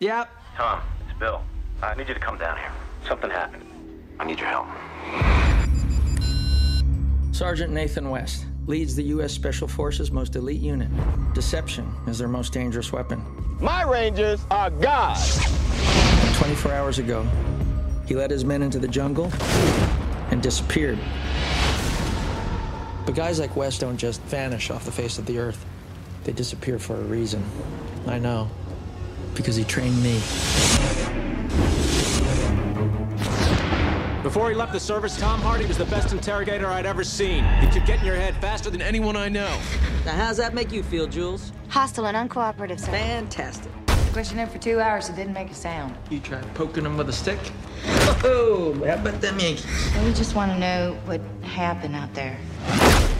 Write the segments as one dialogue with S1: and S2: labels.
S1: Yep.
S2: Tom, it's Bill. I need you to come down here. Something happened. I need your help.
S1: Sergeant Nathan West leads the U.S. Special Forces' most elite unit. Deception is their most dangerous weapon.
S3: My Rangers are God.
S1: 24 hours ago, he led his men into the jungle and disappeared. But guys like West don't just vanish off the face of the earth, they disappear for a reason. I know, because he trained me.
S4: Before he left the service, Tom Hardy was the best interrogator I'd ever seen. He could get in your head faster than anyone I know.
S5: Now, how's that make you feel, Jules?
S6: Hostile and uncooperative, sir.
S5: Fantastic.
S6: Pushing him for two hours, it didn't make a sound.
S1: You tried poking him with a stick? Oh, how about them Yankees?
S6: We just want to know what happened out there.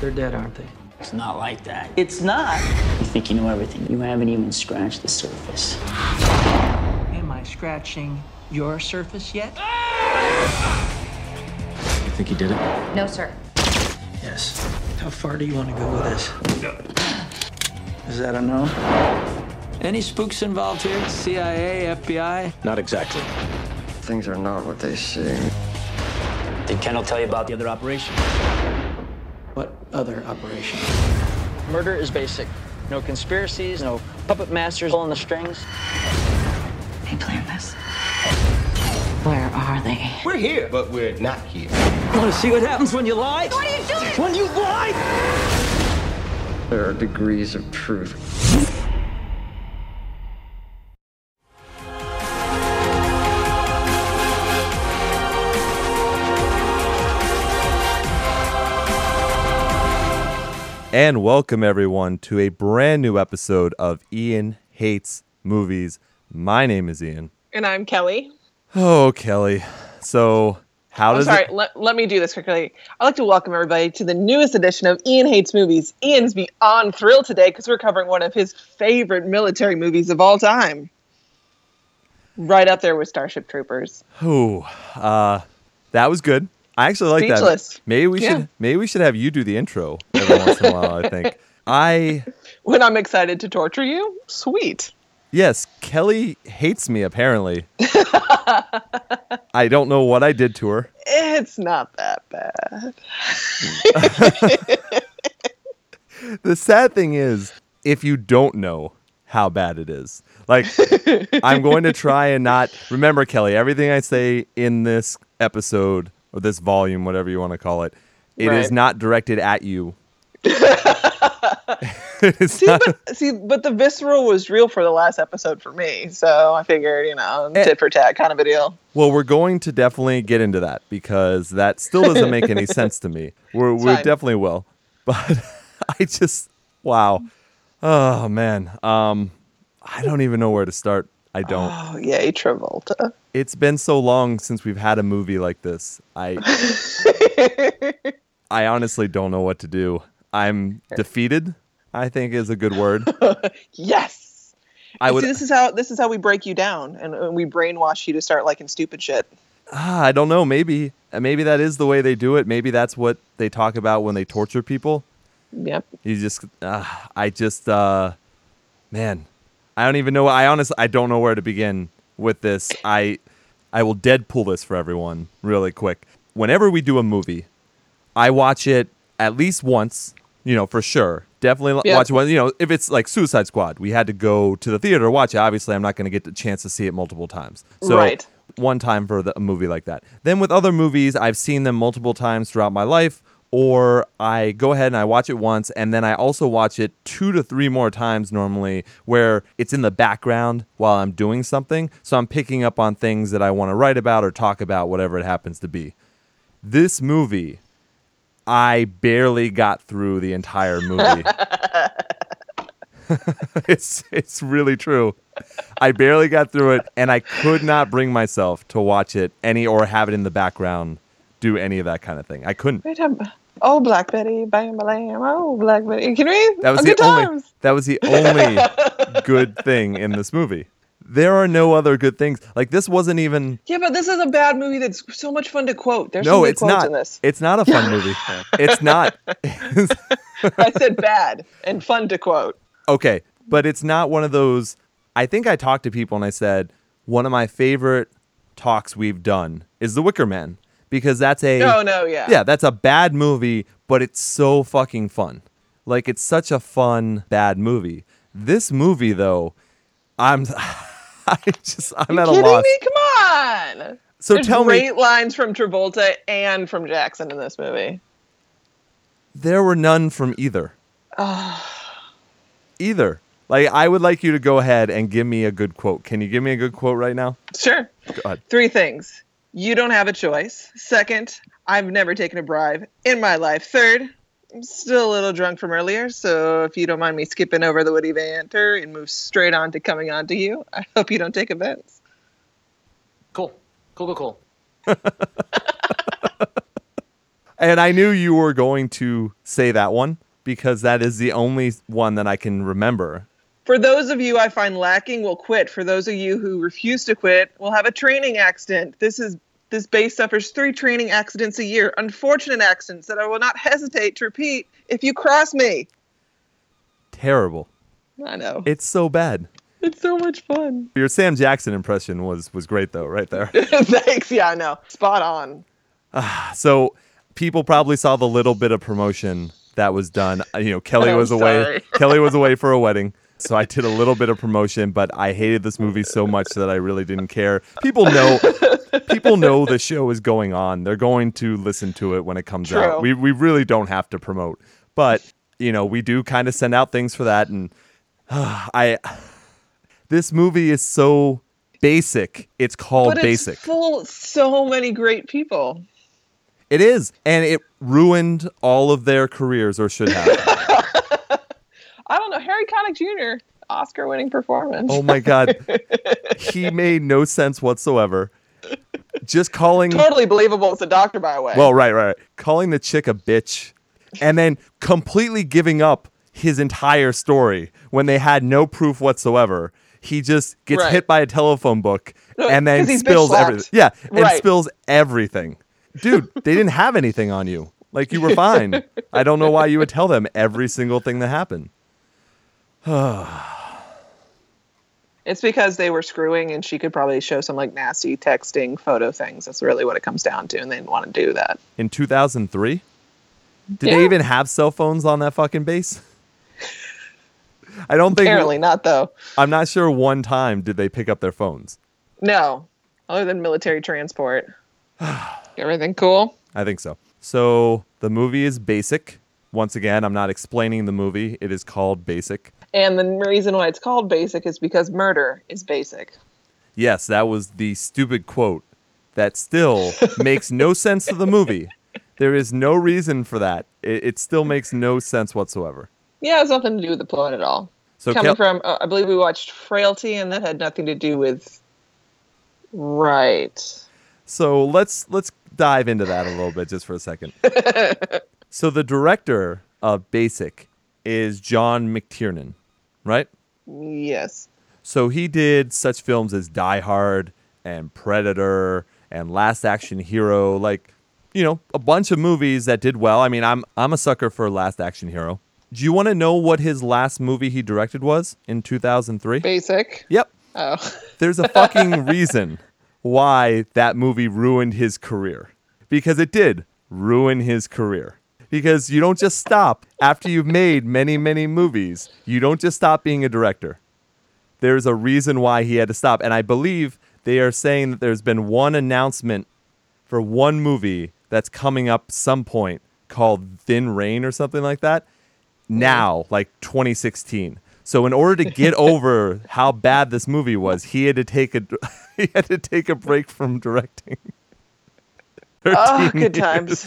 S1: They're dead, aren't they?
S7: It's not like that.
S5: It's not.
S7: You think you know everything. You haven't even scratched the surface.
S1: Am I scratching your surface yet?
S4: You think he did it?
S6: No, sir.
S1: Yes. How far do you want to go with this? Is that a no? Any spooks involved here? CIA, FBI?
S4: Not exactly.
S8: Things are not what they seem.
S7: Did Kendall tell you about the other operation?
S1: What other operation? Murder is basic. No conspiracies, no puppet masters pulling the strings.
S6: They planned this. Where are they?
S1: We're here.
S3: But we're not here.
S1: Want to see what happens when you lie? What
S6: are you doing?
S1: When you lie?
S8: There are degrees of truth.
S9: And welcome everyone to a brand new episode of Ian Hates Movies. My name is Ian.
S10: And I'm Kelly.
S9: Oh, Kelly. So, how
S10: I'm
S9: does
S10: sorry,
S9: it
S10: let, let me do this quickly. I'd like to welcome everybody to the newest edition of Ian Hates Movies. Ian's beyond thrilled today because we're covering one of his favorite military movies of all time. Right up there with Starship Troopers.
S9: Ooh, uh, that was good. I actually like
S10: Speechless.
S9: that. Maybe we
S10: Yeah.
S9: should maybe we should have you do the intro every once in a while, I think. I
S10: When I'm excited to torture you, sweet.
S9: yes, Kelly hates me apparently. I don't know what I did to her.
S10: It's not that bad.
S9: The sad thing is if you don't know how bad it is. Like I'm going to try and not remember Kelly, everything I say in this episode or this volume, whatever you want to call it, it is
S10: Right.
S9: not directed at you. It's
S10: See,
S9: not-
S10: but see, but the visceral was real for the last episode for me, so I figured, you know, tit for tat kind of a deal.
S9: Well, we're going to definitely get into that because that still doesn't make any sense to me. We're, we're
S10: fine.
S9: definitely will, but I just wow, oh man, um, I don't even know where to start. I don't.
S10: Oh yay, Travolta.
S9: It's been so long since we've had a movie like this. I I honestly don't know what to do. I'm
S10: Er
S9: defeated. I think is a good word.
S10: Yes.
S9: I would.
S10: See, this is how this is how we break you down and, and we brainwash you to start liking stupid shit.
S9: Ah, I don't know. Maybe maybe that is the way they do it. Maybe that's what they talk about when they torture people.
S10: Yep.
S9: You just, uh, I just, uh, man, I don't even know. I honestly, I don't know where to begin with this. I, I will Deadpool this for everyone really quick. Whenever we do a movie, I watch it at least once, you know, for sure. Definitely l-
S10: Yeah.
S9: watch one. You know, if it's like Suicide Squad, we had to go to the theater to watch it. Obviously, I'm not going to get the chance to see it multiple times. So
S10: Right.
S9: one time for the, a movie like that. Then with other movies, I've seen them multiple times throughout my life, or I go ahead and I watch it once, and then I also watch it two to three more times normally, where it's in the background while I'm doing something. So I'm picking up on things that I want to write about or talk about, whatever it happens to be. This movie, I barely got through the entire movie. it's it's really true. I barely got through it, and I could not bring myself to watch it any or have it in the background, do any of that kind of thing. I couldn't.
S10: Wait, I'm- oh Black Betty, bam bam, oh Black Betty. Can we?
S9: That was
S10: oh,
S9: the
S10: good
S9: only.
S10: times.
S9: That was the only good thing in this movie. There are no other good things. Like this wasn't even.
S10: Yeah, but this is a bad movie that's so much fun to quote. There's some
S9: no,
S10: good
S9: it's
S10: quotes
S9: not.
S10: in this.
S9: It's not a fun movie. It's not.
S10: I said bad and fun to quote.
S9: okay, but it's not one of those I think I talked to people and I said one of my favorite talks we've done is The Wicker Man because that's a
S10: Oh, no, yeah.
S9: yeah that's a bad movie but it's so fucking fun like it's such a fun bad movie this movie though I'm I just I'm at a
S10: Kidding
S9: loss
S10: me? Come on.
S9: So
S10: There's
S9: tell me-
S10: great lines from Travolta and from Jackson in this movie.
S9: there were none from either either like I would like you to go ahead and give me a good quote can you give me a good quote right now
S10: Sure.
S9: go ahead
S10: Three things. You don't have a choice. Second, I've never taken a bribe in my life. Third, I'm still a little drunk from earlier, so if you don't mind me skipping over the Woody banter and move straight on to coming on to you, I hope you don't take offense.
S11: Cool. Cool, cool, cool.
S9: And I knew you were going to say that one because that is the only one that I can remember.
S10: For those of you I find lacking will quit. For those of you who refuse to quit will have a training accident. This is this base suffers three training accidents a year, unfortunate accidents that I will not hesitate to repeat if you cross me.
S9: Terrible.
S10: I know.
S9: It's so bad.
S10: It's so much fun.
S9: Your Sam Jackson impression was was great though, right there.
S10: Thanks. Yeah, I know. Spot on.
S9: so people probably saw the little bit of promotion that was done. Uh, You know, Kelly
S10: I'm
S9: was away.
S10: Oh, sorry.
S9: Kelly was away for a wedding. So I did a little bit of promotion, but I hated this movie so much that I really didn't care. People know people know the show is going on. They're going to listen to it when it comes out. We
S12: True.
S9: we really don't have to promote. But, you know, we do kind of send out things for that and I this movie is so basic. It's called
S10: but
S9: basic.
S10: It's full of so many great people.
S9: It is, and it ruined all of their careers, or should have.
S10: I don't know. Harry Connick Jr. Oscar winning performance.
S9: oh my god, he made no sense whatsoever. Just calling,
S10: totally believable. It's a doctor, by the way.
S9: well, right, right, right, calling the chick a bitch, and then completely giving up his entire story when they had no proof whatsoever. He just gets
S12: Right.
S9: hit by a telephone book
S12: No,
S9: and then
S12: 'cause he's bitch
S9: spills
S12: slapped.
S9: everything. Yeah, and
S12: Right.
S9: spills everything. Dude, they didn't have anything on you. Like you were fine. I don't know why you would tell them every single thing that happened.
S10: It's because they were screwing, and she could probably show some like nasty texting photo things. That's really what it comes down to, and they didn't want to do that.
S9: in 2003 did they even have cell phones on that fucking base i don't think
S10: Apparently not, though.
S9: i'm not sure one time did they pick up their phones
S10: No, other than military transport. Everything cool.
S9: i think so so the movie is basic once again i'm not explaining the movie it is called basic
S10: And the reason why it's called basic is because murder is basic.
S9: yes that was the stupid quote that still makes no sense to the movie there is no reason for that it, it still makes no sense whatsoever
S10: Yeah, it has nothing to do with the plot at all.
S9: So
S10: coming
S9: Kel-
S10: from, uh, I believe we watched Frailty, and that had nothing to do with. Right.
S9: So let's let's dive into that a little bit just for a second. so the director of Basic is John McTiernan, right?
S10: Yes.
S9: So he did such films as Die Hard and Predator and Last Action Hero, like you know, a bunch of movies that did well. I mean, I'm I'm a sucker for Last Action Hero. Do you want to know what his last movie he directed was in 2003?
S10: Basic.
S9: Yep.
S10: Oh.
S9: There's a fucking reason why that movie ruined his career. Because it did ruin his career. Because you don't just stop after you've made many, many movies. You don't just stop being a director. There's a reason why he had to stop. And I believe they are saying that there's been one announcement for one movie that's coming up some point called Thin Rain or something like that now, like 2016. So in order to get over how bad this movie was, he had to take a he had to take a break from directing.
S10: Oh,
S9: 13
S10: good
S9: years.
S10: times.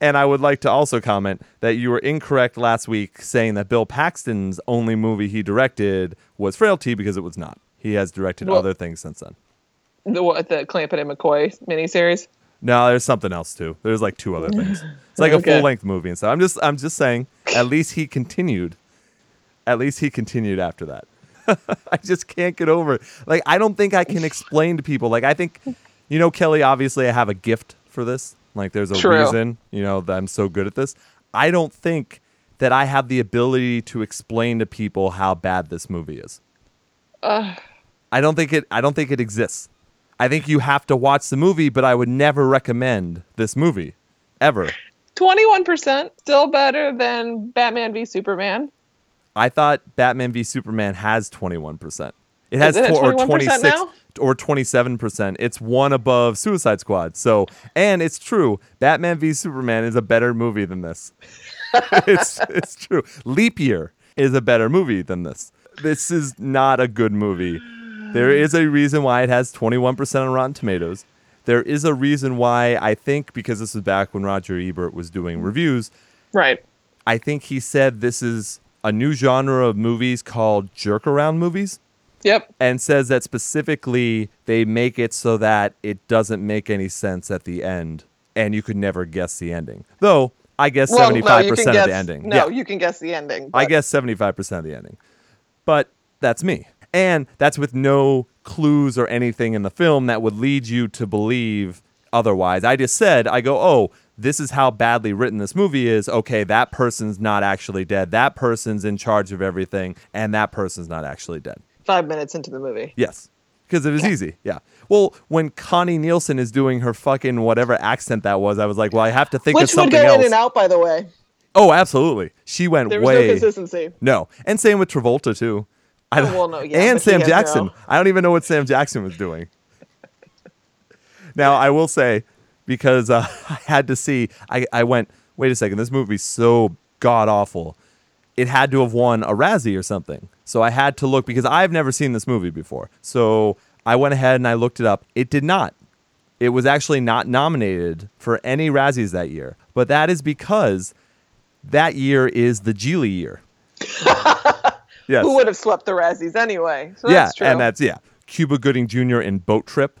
S9: And I would like to also comment that you were incorrect last week saying that Bill Paxton's only movie he directed was Frailty because it was not. He has directed
S10: Well-
S9: other things since then.
S10: The what? The Clampett and McCoy miniseries.
S9: No, there's something else too. There's like two other things. It's like
S10: Okay.
S9: a full length movie and stuff. I'm just I'm just saying at least he continued. At least he continued after that. I just can't get over it. Like I don't think I can explain to people. Like I think you know, Kelly, obviously I have a gift for this. Like there's a
S12: True.
S9: reason, you know, that I'm so good at this. I don't think that I have the ability to explain to people how bad this movie is.
S10: Ugh.
S9: I don't think it. I don't think it exists. I think you have to watch the movie, but I would never recommend this movie, ever.
S10: 21% still better than Batman v Superman.
S9: I thought Batman v Superman has 21%. It has
S10: Is it at
S9: tw- or
S10: 21%
S9: 26
S10: now?
S9: or 27%. It's one above Suicide Squad. So, and it's true. Batman v Superman is a better movie than this. it's it's true. Leap Year is a better movie than this. This is not a good movie. There is a reason why it has 21% on Rotten Tomatoes. There is a reason why I think because this was back when Roger Ebert was doing reviews,
S10: Right.
S9: I think he said this is a new genre of movies called jerk around movies.
S10: Yep.
S9: And says that specifically they make it so that it doesn't make any sense at the end and you could never guess the ending. Though I guess
S10: Well, no, you
S9: 75%
S10: can
S9: of
S10: guess-
S9: the ending.
S10: No,
S9: Yeah.
S10: you can guess the ending.
S9: I guess 75% of the ending. But that's me. And that's with no clues or anything in the film that would lead you to believe otherwise. I just said, I go, oh, this is how badly written this movie is. Okay, that person's not actually dead. That person's in charge of everything, and that person's not actually dead.
S10: Five minutes into the movie.
S9: Yes. Because it was easy. Yeah. Well, when Connie Nielsen is doing her fucking whatever accent that was, I was like, well, I have to think of
S10: Which would
S9: something
S10: go
S9: else.
S10: in and out, by the way.
S9: Oh, absolutely. She went
S10: There was no
S9: way
S10: consistency.
S9: No, and same with Travolta too. I
S10: Oh,
S9: don't-
S10: well, no, yeah,
S9: and
S10: but he
S9: Sam
S10: had
S9: Jackson.
S10: no-
S9: I don't even know what Sam Jackson was doing. now I will say, because uh, I had to see, I, I went. Wait a second, this movie's so god awful. It had to have won a Razzie or something. So I had to look because I've never seen this movie before. So I went ahead and I looked it up. It did not. It was actually not nominated for any Razzies that year. But that is because that year is the Geely year. yes.
S10: Who would have slept the Razzies anyway? So
S9: yeah,
S10: that's true.
S9: and that's yeah. Cuba Gooding Jr. in Boat Trip.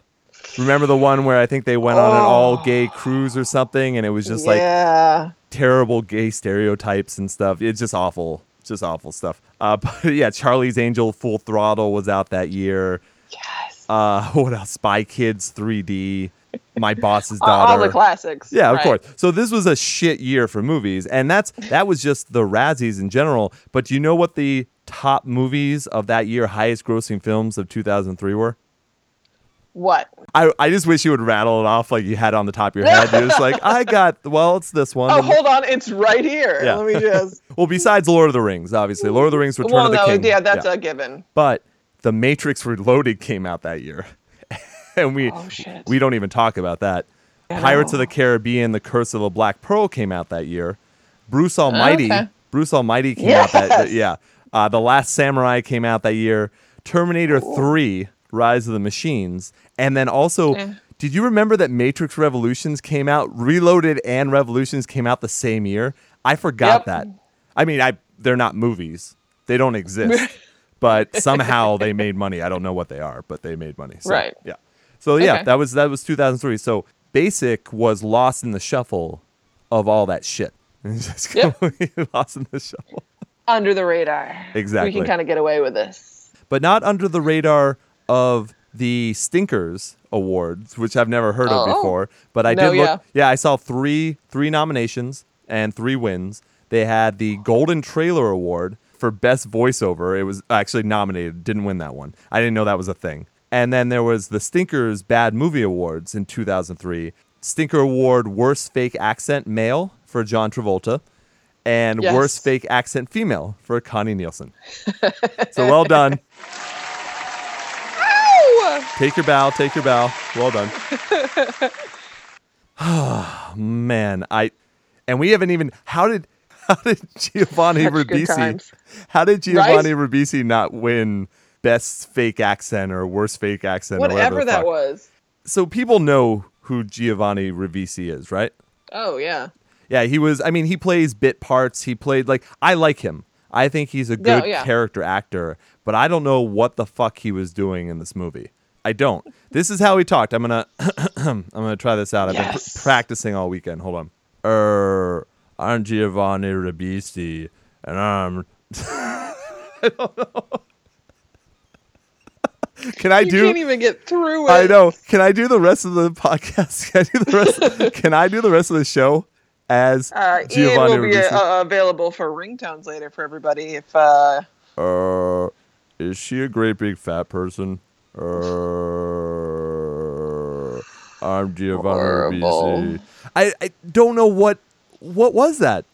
S9: Remember the one where I think they went on an
S10: Oh.
S9: all gay cruise or something, and it was just like
S10: yeah.
S9: terrible gay stereotypes and stuff. It's just awful, It's just awful stuff. Uh, but yeah, Charlie's Angel Full Throttle was out that year. Yes. Uh, what else? Spy Kids 3D. My boss's
S10: All-
S9: daughter.
S10: All the classics.
S9: Yeah, of
S10: right.
S9: course. So this was a shit year for movies, and that's that was just the Razzies in general. But do you know what the top movies of that year, highest grossing films of 2003 were?
S10: What?
S9: I, I just wish you would rattle it off like you had on the top of your head. You're just like, I got well, it's this one.
S10: Oh,
S9: and-
S10: hold on. It's right here.
S9: Yeah.
S10: Let me just.
S9: well, besides Lord of the Rings, obviously, Lord of the Rings: Return
S10: well,
S9: of the
S10: no.
S9: King.
S10: Yeah, that's a given.
S9: But The Matrix Reloaded came out that year. and we
S10: Oh, shit.
S9: we don't even talk about that.
S10: Yeah,
S9: Pirates
S10: no.
S9: of the Caribbean, The Curse of the Black Pearl came out that year. Bruce Almighty,
S10: Oh, Okay.
S9: Bruce Almighty came out that
S10: Yes.
S9: yeah. Uh, the Last Samurai came out that year. Terminator 3, Rise of the Machines, and then also
S10: Yeah.
S9: did you remember that Matrix Revolutions came out, Reloaded and Revolutions came out the same year? I
S10: Yep.
S9: forgot that. I mean, I they're not movies. They don't exist. but somehow they made money. I don't know what they are, but they made money. So,
S10: Right.
S9: Yeah. So yeah,
S10: Okay.
S9: that was that was 2003. So Basic was lost in the shuffle of all that shit. Just
S10: Yep.
S9: completely lost in the shuffle.
S10: Under the radar.
S9: Exactly.
S10: We can kind of get away with this.
S9: But not under the radar of the Stinkers Awards, which I've never heard of
S10: Oh.
S9: before. But I
S10: No,
S9: did
S10: yeah.
S9: look. Yeah, I saw three three nominations and three wins. They had the Golden Trailer Award for Best Voiceover. It was actually nominated, didn't win that one. I didn't know that was a thing. And then there was the Stinkers Bad Movie Awards in 2003. Stinker Award Worst Fake Accent Male for John Travolta, and
S10: Yes.
S9: Worst Fake Accent Female for Connie Nielsen. so well done.
S10: Ow!
S9: Take your bow. Take your bow. Well done. Man, I and we haven't even. How did how did Giovanni
S10: Such good
S9: Ribisi?
S10: times.
S9: How did Giovanni Ribisi not win best fake accent or worst fake accent or whatever
S10: Whatever
S9: the
S10: that
S9: fuck?
S10: was.
S9: So people know who Giovanni Ribisi is, right?
S10: Oh yeah.
S9: Yeah, he was. I mean, he plays bit parts. He played like I like him. I think he's a
S10: No,
S9: good
S10: yeah.
S9: character actor, but I don't know what the fuck he was doing in this movie. I don't. This is how he talked. I'm gonna I'm gonna try this out. I've been pr-
S10: Yes.
S9: practicing all weekend. Hold on. Er, I'm Giovanni Ribisi, and I'm. I don't know. Can I
S10: you
S9: do?
S10: can't even get through it.
S9: I know. Can I do the rest of the podcast? Can I do the rest? can I do the rest of the show as
S10: Uh, Ian
S9: Giovanni
S10: will be
S9: Ribisi?
S10: uh, available for ringtones later for everybody if uh,
S9: Uh, is she a great big fat person? Uh, I'm Giovanni
S12: Horrible.
S9: BC. I, I don't know what what was that.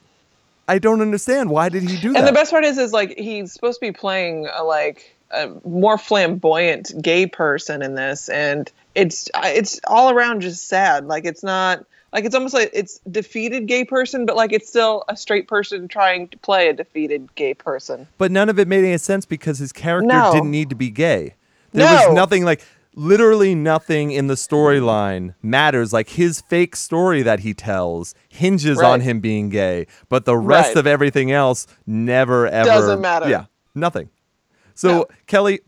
S9: I don't understand. Why did he do that?
S10: And the best part is, is like he's supposed to be playing a, like a more flamboyant gay person in this, and it's I- it's all around just sad. Like it's not like it's almost like it's defeated gay person, but like it's still a straight person trying to play a defeated gay person.
S9: But none of it made any sense because his character
S10: No.
S9: didn't need to be gay. There was
S10: No.
S9: nothing like literally nothing in the storyline matters. Like his fake story that he tells hinges on
S10: Right.
S9: him being gay, but the rest
S10: Right.
S9: of everything else never ever
S10: Doesn't matter.
S9: Yeah, nothing. So Kelly,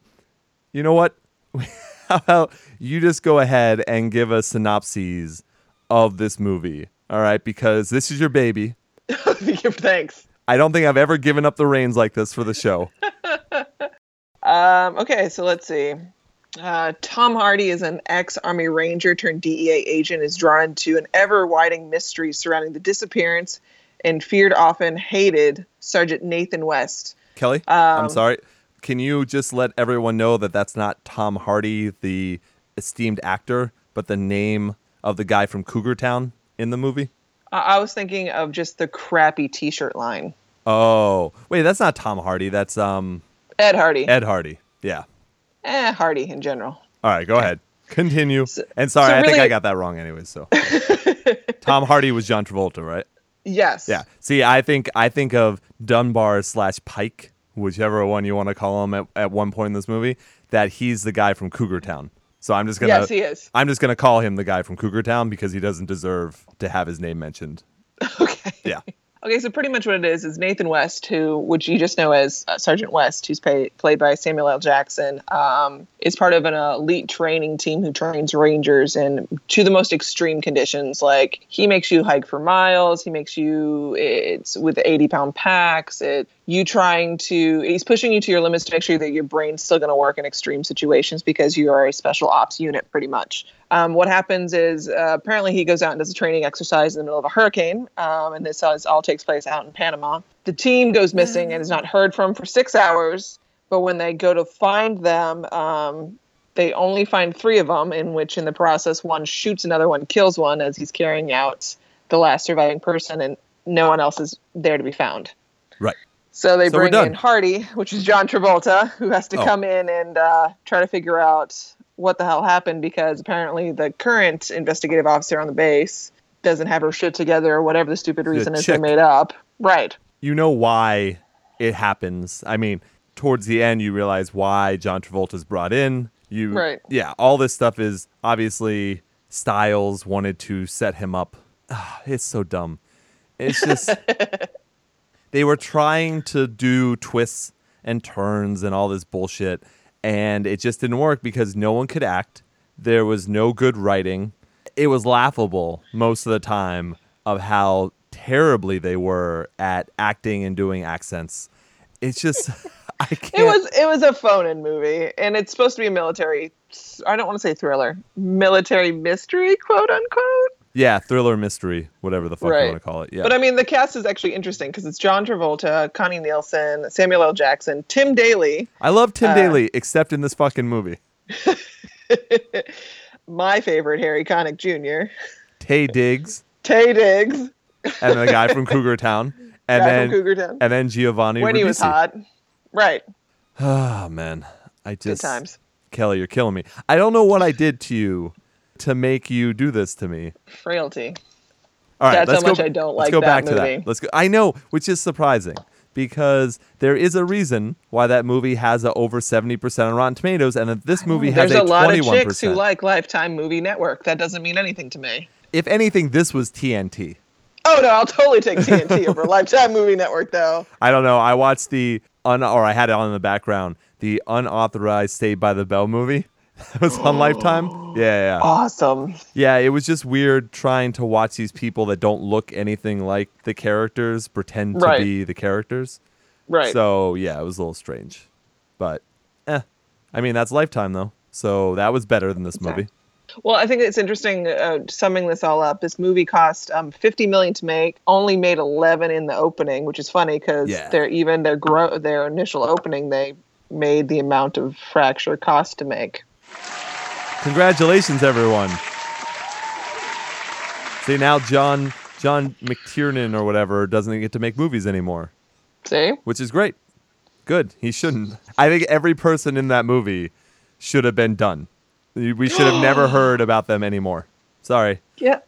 S9: you know what? How about you just go ahead and give us synopses of this movie? All right, because this is your baby.
S10: Give thanks.
S9: I don't think I've ever given up the reins like this for the show.
S10: Um, okay, so let's see. Uh, Tom Hardy is an ex Army Ranger turned DEA agent, is drawn to an ever widening mystery surrounding the disappearance and feared, often hated Sergeant Nathan West.
S9: Kelly, I'm
S10: Um,
S9: sorry. Can you just let everyone know that that's not Tom Hardy, the esteemed actor, but the name of the guy from Cougar Town in the movie?
S10: I, I was thinking of just the crappy t shirt line.
S9: Oh, wait, that's not Tom Hardy. That's um
S10: Ed Hardy.
S9: Ed Hardy. Yeah.
S10: Eh, Hardy in general.
S9: All right, go ahead. Continue. and sorry,
S10: so
S9: I think I
S10: really-
S9: got that wrong anyway. So Tom Hardy was John Travolta, right?
S10: Yes.
S9: Yeah. See, I think I think of Dunbar slash Pike, whichever one you want to call him at, at one point in this movie, that he's the guy from Cougar Town. So I'm just gonna
S10: Yes, he is.
S9: I'm just gonna call him the guy from Cougar Town because he doesn't deserve to have his name mentioned.
S10: Okay, so pretty much what it is is Nathan West, who which you just know as uh, Sergeant West, who's pay, played by Samuel L. Jackson, um, is part of an elite training team who trains Rangers in to the most extreme conditions. Like he makes you hike for miles, he makes you it's with eighty pound packs. It you trying to he's pushing you to your limits to make sure that your brain's still going to work in extreme situations because you are a special ops unit pretty much. Um, what happens is uh, apparently he goes out and does a training exercise in the middle of a hurricane, um, and this is- all takes place out in Panama. The team goes missing and is not heard from for six hours. But when they go to find them, um, they only find three of them, in which, in the process, one shoots another one, kills one as he's carrying out the last surviving person, and no one else is there to be found.
S9: Right.
S10: So they
S9: So we're
S10: bring
S9: done.
S10: in Hardy, which is John Travolta, who has to
S9: Oh.
S10: come in and uh, try to figure out what the hell happened because apparently the current investigative officer on the base doesn't have her shit together or whatever the stupid reason is they
S9: chick.
S10: made up. Right.
S9: You know why it happens. I mean, towards the end you realize why John Travolta's brought in. You
S10: Right.
S9: Yeah, all this stuff is obviously Styles wanted to set him up. Ah, It's so dumb. It's just they were trying to do twists and turns and all this bullshit and it just didn't work because no one could act there was no good writing it was laughable most of the time of how terribly they were at acting and doing accents it's just i can't
S10: It was it was a phone in movie and it's supposed to be a military I don't want to say thriller. Military mystery, quote unquote.
S9: yeah thriller mystery whatever the fuck you
S10: Right.
S9: want to call it yeah
S10: But I mean the cast is actually interesting because it's John Travolta, Connie Nielsen, Samuel L. Jackson, Tim Daly,
S9: I love tim
S10: uh,
S9: daly except in this fucking movie
S10: my favorite Harry Connick Jr.
S9: tay diggs
S10: Tay Diggs.
S9: and the guy from cougar town and
S10: Guy from
S9: then
S10: Cougar Town.
S9: and then giovanni
S10: when he was
S9: Ribisi.
S10: hot. Right.
S9: Ah man, I just
S10: times.
S9: Kelly, you're killing me. I don't know what I did to you to make you do this to me.
S10: Frailty.
S9: All right,
S10: That's
S9: let's
S10: how much
S9: go,
S10: I don't
S9: let's
S10: like
S9: go
S10: that
S9: back to
S10: movie.
S9: that. Let's go. I know, which is surprising because there is a reason why that movie has a over seventy percent on Rotten Tomatoes, and that this movie has
S10: There's a, lot of
S9: twenty-one
S10: chicks who
S9: percent.
S10: like Lifetime Movie Network. That doesn't mean anything to me.
S9: if anything, this was TNT.
S10: Oh no, I'll totally take TNT over Lifetime Movie Network though.
S9: I don't know. I watched the un or I had it on in the background the unauthorized Saved by the Bell movie. That was on Lifetime. Yeah, yeah. yeah.
S10: Awesome.
S9: Yeah, it was just weird trying to watch these people that don't look anything like the characters pretend
S10: Right.
S9: to be the characters.
S10: Right.
S9: So yeah, it was a little strange, but eh. I mean, that's Lifetime though, so that was better than this movie.
S10: Well, I think it's interesting uh, summing this all up. This movie cost um, 50 million to make, only made 11 in the opening, which is funny because
S9: Yeah.
S10: they're even their gro- their initial opening they made the amount of fracture cost to make.
S9: Congratulations, everyone. See now, John John McTiernan or whatever doesn't get to make movies anymore.
S10: See?
S9: Which is great. Good. He shouldn't. I think every person in that movie should have been done. We should have never heard about them anymore. Sorry.
S10: Yeah.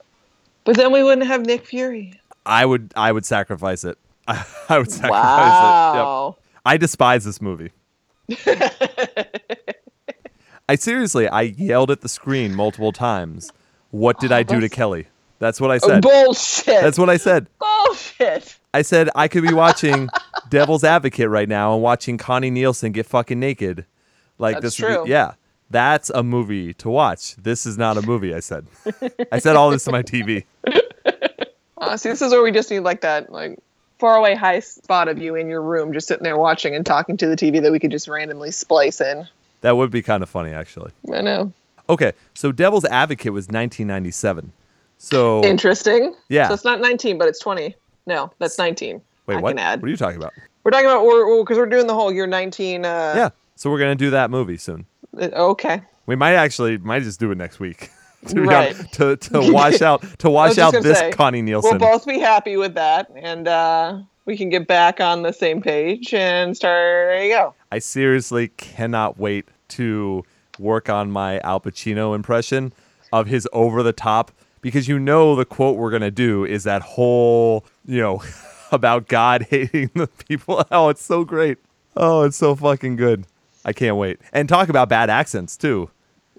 S10: But then we wouldn't have Nick Fury.
S9: I would I would sacrifice it. I would sacrifice it.
S10: Wow.
S9: Yep. I despise this movie. I seriously, I yelled at the screen multiple times. What
S10: Oh,
S9: did I do to Kelly? That's what I said.
S10: Bullshit.
S9: That's what I said.
S10: Bullshit.
S9: I said I could be watching Devil's Advocate right now and watching Connie Nielsen get fucking naked. Like
S10: That's
S9: this would be-
S10: true.
S9: yeah. That's a movie to watch. This is not a movie, I said. I said all this to my TV.
S10: Honestly, this is where we just need like that like faraway high spot of you in your room, just sitting there watching and talking to the TV that we could just randomly splice in.
S9: That would be kind of funny actually.
S10: I know.
S9: Okay, so Devil's Advocate was 1997. So
S10: Interesting.
S9: Yeah.
S10: So it's not 19, but it's 20. No, that's 19.
S9: Ah. Wait,
S10: I
S9: what?
S10: Can add.
S9: What are you talking about?
S10: We're talking about we're because we're doing the whole year 19. Uh,
S9: yeah. So we're gonna do that movie soon.
S10: uh, Okay.
S9: We might actually might just do it next week. to, be
S10: Right.
S9: honest, to to wash out to
S10: I
S9: wash
S10: was just
S9: out
S10: gonna
S9: this
S10: say,
S9: Connie Nielsen.
S10: We'll both be happy with that, and uh, we can get back on the same page and start. There you go.
S9: I seriously cannot wait to work on my Al Pacino impression of his over the top because you know the quote we're gonna do is that whole you know about God hating the people. Oh, it's so great. Oh, it's so fucking good. I can't wait. And talk about bad accents too.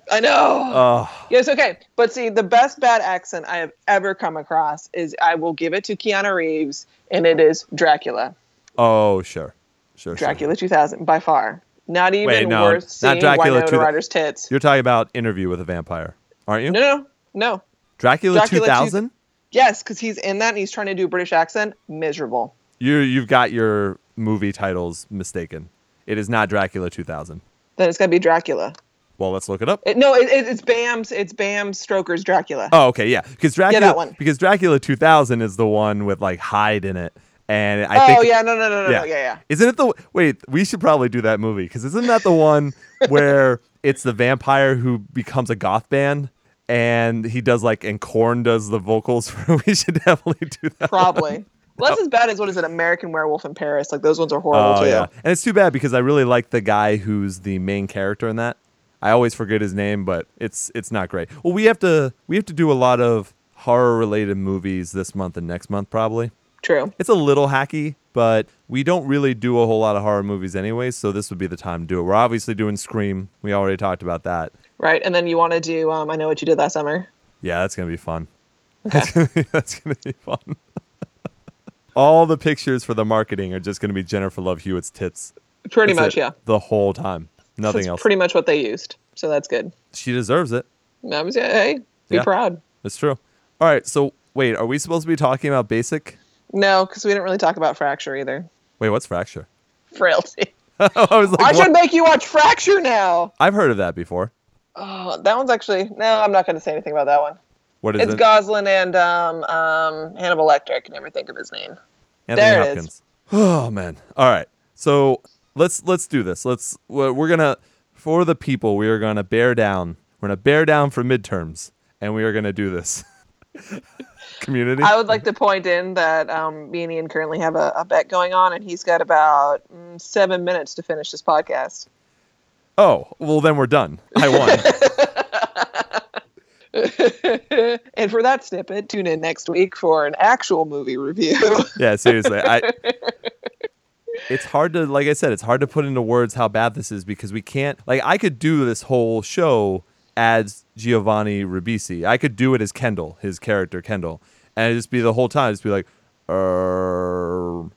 S10: I know.
S9: Oh,
S10: Yes, okay. But see, the best bad accent I have ever come across is I will give it to Keanu Reeves, and it is Dracula.
S9: oh, sure, sure. sure.
S10: Dracula 2000, by far. Not even
S9: Wait, no,
S10: worth
S9: not
S10: seeing
S9: Dracula
S10: Winona
S9: 2000.
S10: Ryder's tits.
S9: You're talking about Interview with a Vampire, aren't you?
S10: No, no, no.
S9: Dracula,
S10: Dracula
S9: 2000.
S10: Yes, because he's in that and he's trying to do a British accent. Miserable.
S9: You you've got your movie titles mistaken. It is not Dracula 2000.
S10: Then it's got to be Dracula.
S9: Well, let's look it up.
S10: It, no, it, it, it's Bam's. It's Bam Stoker's Dracula.
S9: Oh, okay, yeah, because Dracula
S10: that one.
S9: because Dracula 2000 is the one with like Hyde in it, and I
S10: oh
S9: think
S10: yeah, no, no, no, no, no, yeah, yeah.
S9: Isn't it the wait? We should probably do that movie because isn't that the one where it's the vampire who becomes a goth band and he does like and Korn does the vocals? For, we should definitely do that. one.
S10: Probably. Well, that's as bad as what is it? American Werewolf in Paris. Like those ones are horrible too.
S9: Oh, and it's too bad because I really like the guy who's the main character in that. I always forget his name, but it's it's not great. Well, we have to we have to do a lot of horror related movies this month and next month probably.
S10: True.
S9: It's a little hacky, but we don't really do a whole lot of horror movies anyway, so this would be the time to do it. We're obviously doing Scream. We already talked about that.
S10: Right. And then you want to do um, I know what you did last summer.
S9: Yeah, that's gonna be fun. That's gonna be, that's gonna be fun. All the pictures for the marketing are just gonna be Jennifer Love Hewitt's tits.
S10: Pretty
S9: That's
S10: much,
S9: it.
S10: yeah.
S9: The whole time. Nothing
S10: That's
S9: else.
S10: Pretty much what they used. So that's good.
S9: she deserves it.
S10: That was hey, be
S9: Yeah.
S10: proud.
S9: That's true. All right. So wait, are we supposed to be talking about basic?
S10: No, because we didn't really talk about fracture either.
S9: Wait, what's fracture?
S10: Frailty.
S9: I was like,
S10: I
S9: what?
S10: should make you watch Fracture now.
S9: I've heard of that before.
S10: Oh, that one's actually no. I'm not going to say anything about that one.
S9: What is
S10: It's
S9: it?
S10: Goslin and um, um, Hannibal Lecter. I can never think of his name.
S9: Anthony
S10: There it
S9: Hopkins. Oh man. All right. So let's let's do this. Let's we're we're gonna for the people we are gonna bear down. We're gonna bear down for midterms, and we are gonna do this. Community.
S10: I would like to point in that um, me and Ian currently have a, a bet going on, and he's got about mm, seven minutes to finish this podcast.
S9: oh well, then we're done. I won.
S10: and for that snippet, tune in next week for an actual movie review.
S9: yeah, seriously. I It's hard to like I said, it's hard to put into words how bad this is because we can't like I could do this whole show as Giovanni Ribisi. I could do it as Kendall, his character Kendall. And it'd just be the whole time, just be like, um,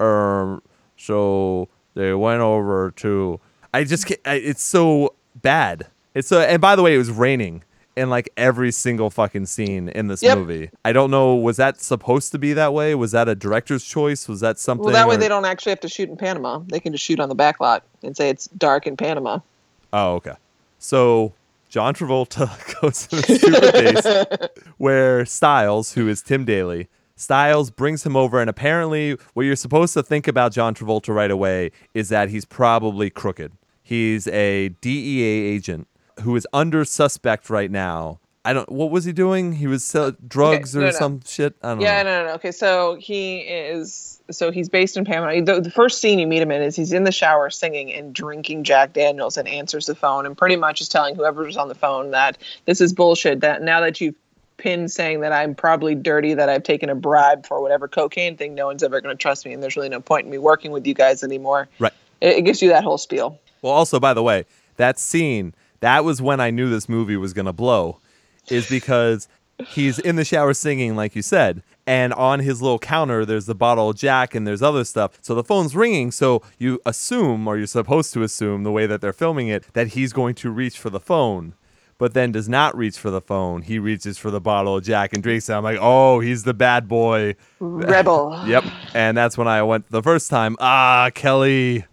S9: um, so they went over to. I just, ca- I, it's so bad. It's so, and by the way, it was raining in like every single fucking scene in this
S10: Yep.
S9: movie. I don't know, was that supposed to be that way? Was that a director's choice? Was that something?
S10: well, that way
S9: or-
S10: they don't actually have to shoot in Panama. They can just shoot on the back lot and say it's dark in Panama.
S9: Oh, okay. So John Travolta goes to the stupid base where Styles, who is Tim Daly, Styles brings him over, and apparently, what you're supposed to think about John Travolta right away is that he's probably crooked. He's a DEA agent who is under suspect right now. I don't. What was he doing? He was sell, drugs
S10: no,
S9: or
S10: no.
S9: some shit. I don't know.
S10: yeah, no, no, no. Okay, so he is. So he's based in Panama. The, the first scene you meet him in is he's in the shower singing and drinking Jack Daniels and answers the phone and pretty much is telling whoever's on the phone that this is bullshit. That now that you've pinned saying that I'm probably dirty, that I've taken a bribe for whatever cocaine thing, no one's ever going to trust me, and there's really no point in me working with you guys anymore.
S9: Right.
S10: It, it gives you that whole spiel.
S9: Well, also by the way, that scene that was when I knew this movie was gonna blow, is because he's in the shower singing, like you said, and on his little counter there's the bottle of Jack and there's other stuff. So the phone's ringing, so you assume, or you're supposed to assume, the way that they're filming it, that he's going to reach for the phone. But then does not reach for the phone. He reaches for the bottle of Jack and drinks it. I'm like, oh, he's the bad boy.
S10: Rebel.
S9: Yep. And that's when I went the first time. Ah, Kelly.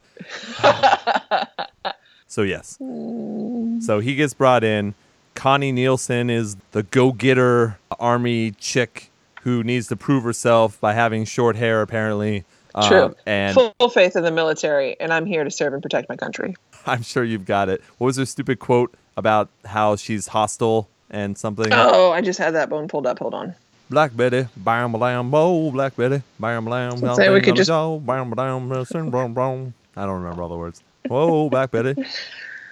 S9: so yes. So he gets brought in. Connie Nielsen is the go-getter army chick who needs to prove herself by having short hair, apparently. Um,
S10: True.
S9: and
S10: Full faith in the military, and I'm here to serve and protect my country.
S9: I'm sure you've got it. What was her stupid quote about how she's hostile and something?
S10: Oh, I just had that bone pulled up. Hold on.
S9: Black Betty, bam bam bo, Black Betty, bam bam.
S10: Let's say we could just-
S9: bam bam bam bam bam. I don't remember all the words. Whoa, Black Betty.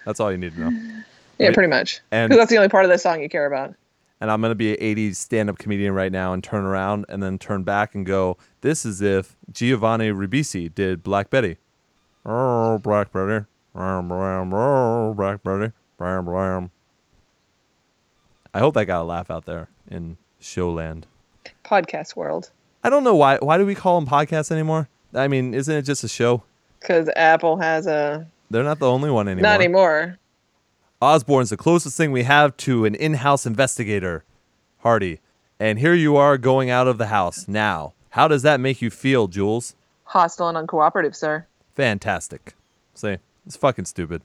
S9: That's all you need to know.
S10: Yeah, pretty much.
S9: And-
S10: Because that's the only part of that song you care about.
S9: and I'm going to be an 80s stand up comedian right now and turn around and then turn back and go, this is if Giovanni Ribisi did Black Betty. Oh, Black Betty. Bam, bam, oh, Black Betty. Bam, bam. I hope that got a laugh out there in showland.
S10: Podcast world.
S9: I don't know why. Why do we call them podcasts anymore? I mean, isn't it just a show?
S10: Because Apple has a.
S9: They're not the only one anymore.
S10: Not anymore.
S9: Osborne's the closest thing we have to an in house investigator, Hardy. And here you are going out of the house now. How does that make you feel, Jules?
S10: Hostile and uncooperative, sir.
S9: Fantastic. See, it's fucking stupid.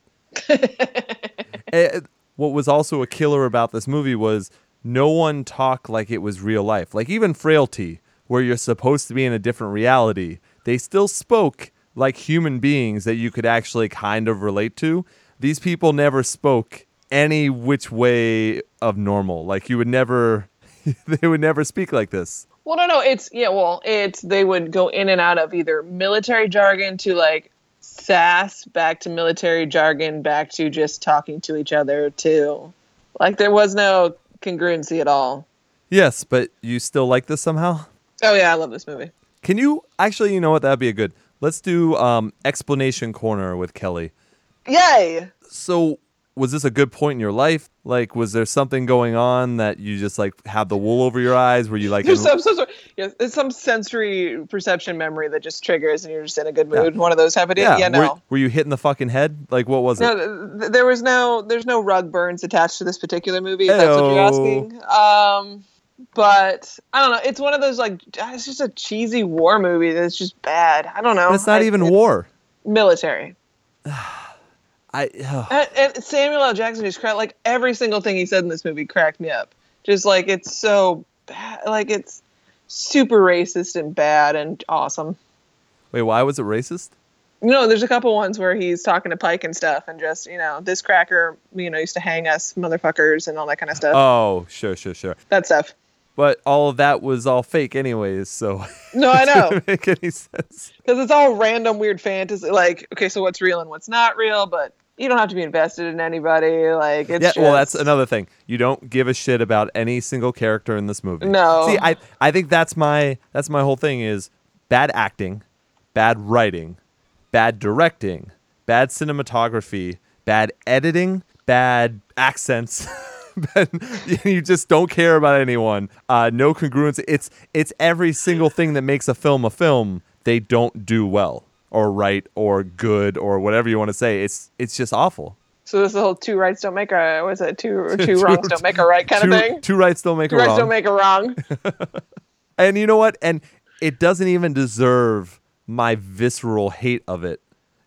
S9: Eh, what was also a killer about this movie was no one talked like it was real life. Like even Frailty, where you're supposed to be in a different reality, they still spoke like human beings that you could actually kind of relate to. These people never spoke any which way of normal. Like you would never, they would never speak like this.
S10: Well, no, no. It's, yeah, well, it's, they would go in and out of either military jargon to like sass, back to military jargon, back to just talking to each other, to like there was no congruency at all.
S9: Yes, but you still like this somehow?
S10: Oh, yeah, I love this movie.
S9: Can you actually? You know what? That'd be a good. Let's do um, explanation corner with Kelly.
S10: Yay!
S9: So, was this a good point in your life? Like, was there something going on that you just like had the wool over your eyes? Were you like,
S10: There's some, some, sort- yeah, there's some sensory perception memory that just triggers and you're just in a good mood. One of those happened. Yeah, yeah no.
S9: were, were you hitting the fucking head? Like, what was it?
S10: No, th- there was no there's no rug burns attached to this particular movie. If that's what you're
S9: Heyo.
S10: asking. Um, but I don't know. It's one of those like ah, it's just a cheesy war movie that's just bad. I don't know.
S9: And it's not
S10: I-
S9: even war.
S10: military.
S9: I ugh.
S10: And, and Samuel L. Jackson just cracked like every single thing he said in this movie cracked me up. Just like it's so bad. Like it's super racist and bad and awesome.
S9: wait. Why was it racist?
S10: you know, there's a couple ones where he's talking to Pike and stuff, and just you know, this cracker, you know, used to hang us motherfuckers and all that kind of stuff.
S9: Oh, sure, sure, sure.
S10: that stuff.
S9: But all of that was all fake, anyways. So
S10: No, I know.
S9: didn't make any sense.
S10: because it's all random weird fantasy like okay so what's real and what's not real but you don't have to be invested in anybody like it's
S9: yeah,
S10: just,
S9: well, that's another thing. You don't give a shit about any single character in this movie.
S10: No.
S9: See, I I think that's my that's my whole thing is bad acting, bad writing, bad directing, bad cinematography, bad editing, bad accents. Bad- you just don't care about anyone. Uh, no congruence. It's it's every single thing that makes a film a film. They don't do well or right or good or whatever you want to say. It's it's just awful.
S10: so this whole two rights don't make a was it two two wrongs don't make a right kind
S9: two,
S10: of thing
S9: Two rights don't make
S10: two
S9: a
S10: rights
S9: wrong.
S10: don't make a wrong
S9: and you know what? And it doesn't even deserve my visceral hate of it.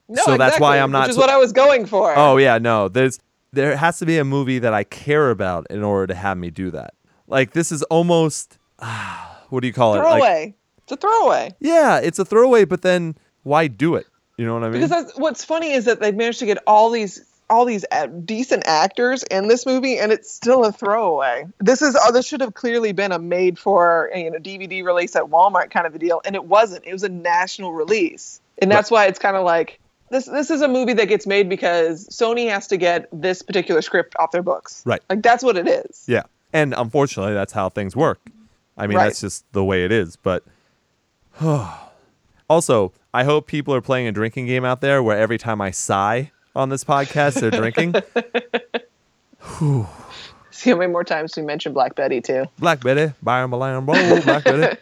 S10: no
S9: so that's why
S10: exactly,
S9: I'm not.
S10: which is what i was going for
S9: oh yeah, no. There's there has to be a movie that I care about in order to have me do that. Like this is almost. what do you call it? Like-
S10: Throwaway. It's a throwaway.
S9: yeah, it's a throwaway, but then why do it? You know what I mean?
S10: Because that's, what's funny is that they've managed to get all these all these uh, decent actors in this movie, and it's still a throwaway. This is oh, this should have clearly been a made for you know DVD release at Walmart kind of a deal, and it wasn't. It was a national release, and that's why it's kind of like this. This is a movie that gets made because Sony has to get this particular script off their books.
S9: Right.
S10: Like that's what it is.
S9: Yeah. And unfortunately, that's how things work. I mean,
S10: Right.
S9: that's just the way it is. But also, I hope people are playing a drinking game out there where every time I sigh on this podcast, they're drinking.
S10: See how many more times we mentioned Black Betty too.
S9: Black Betty, Byron Balan, bro, Black Betty.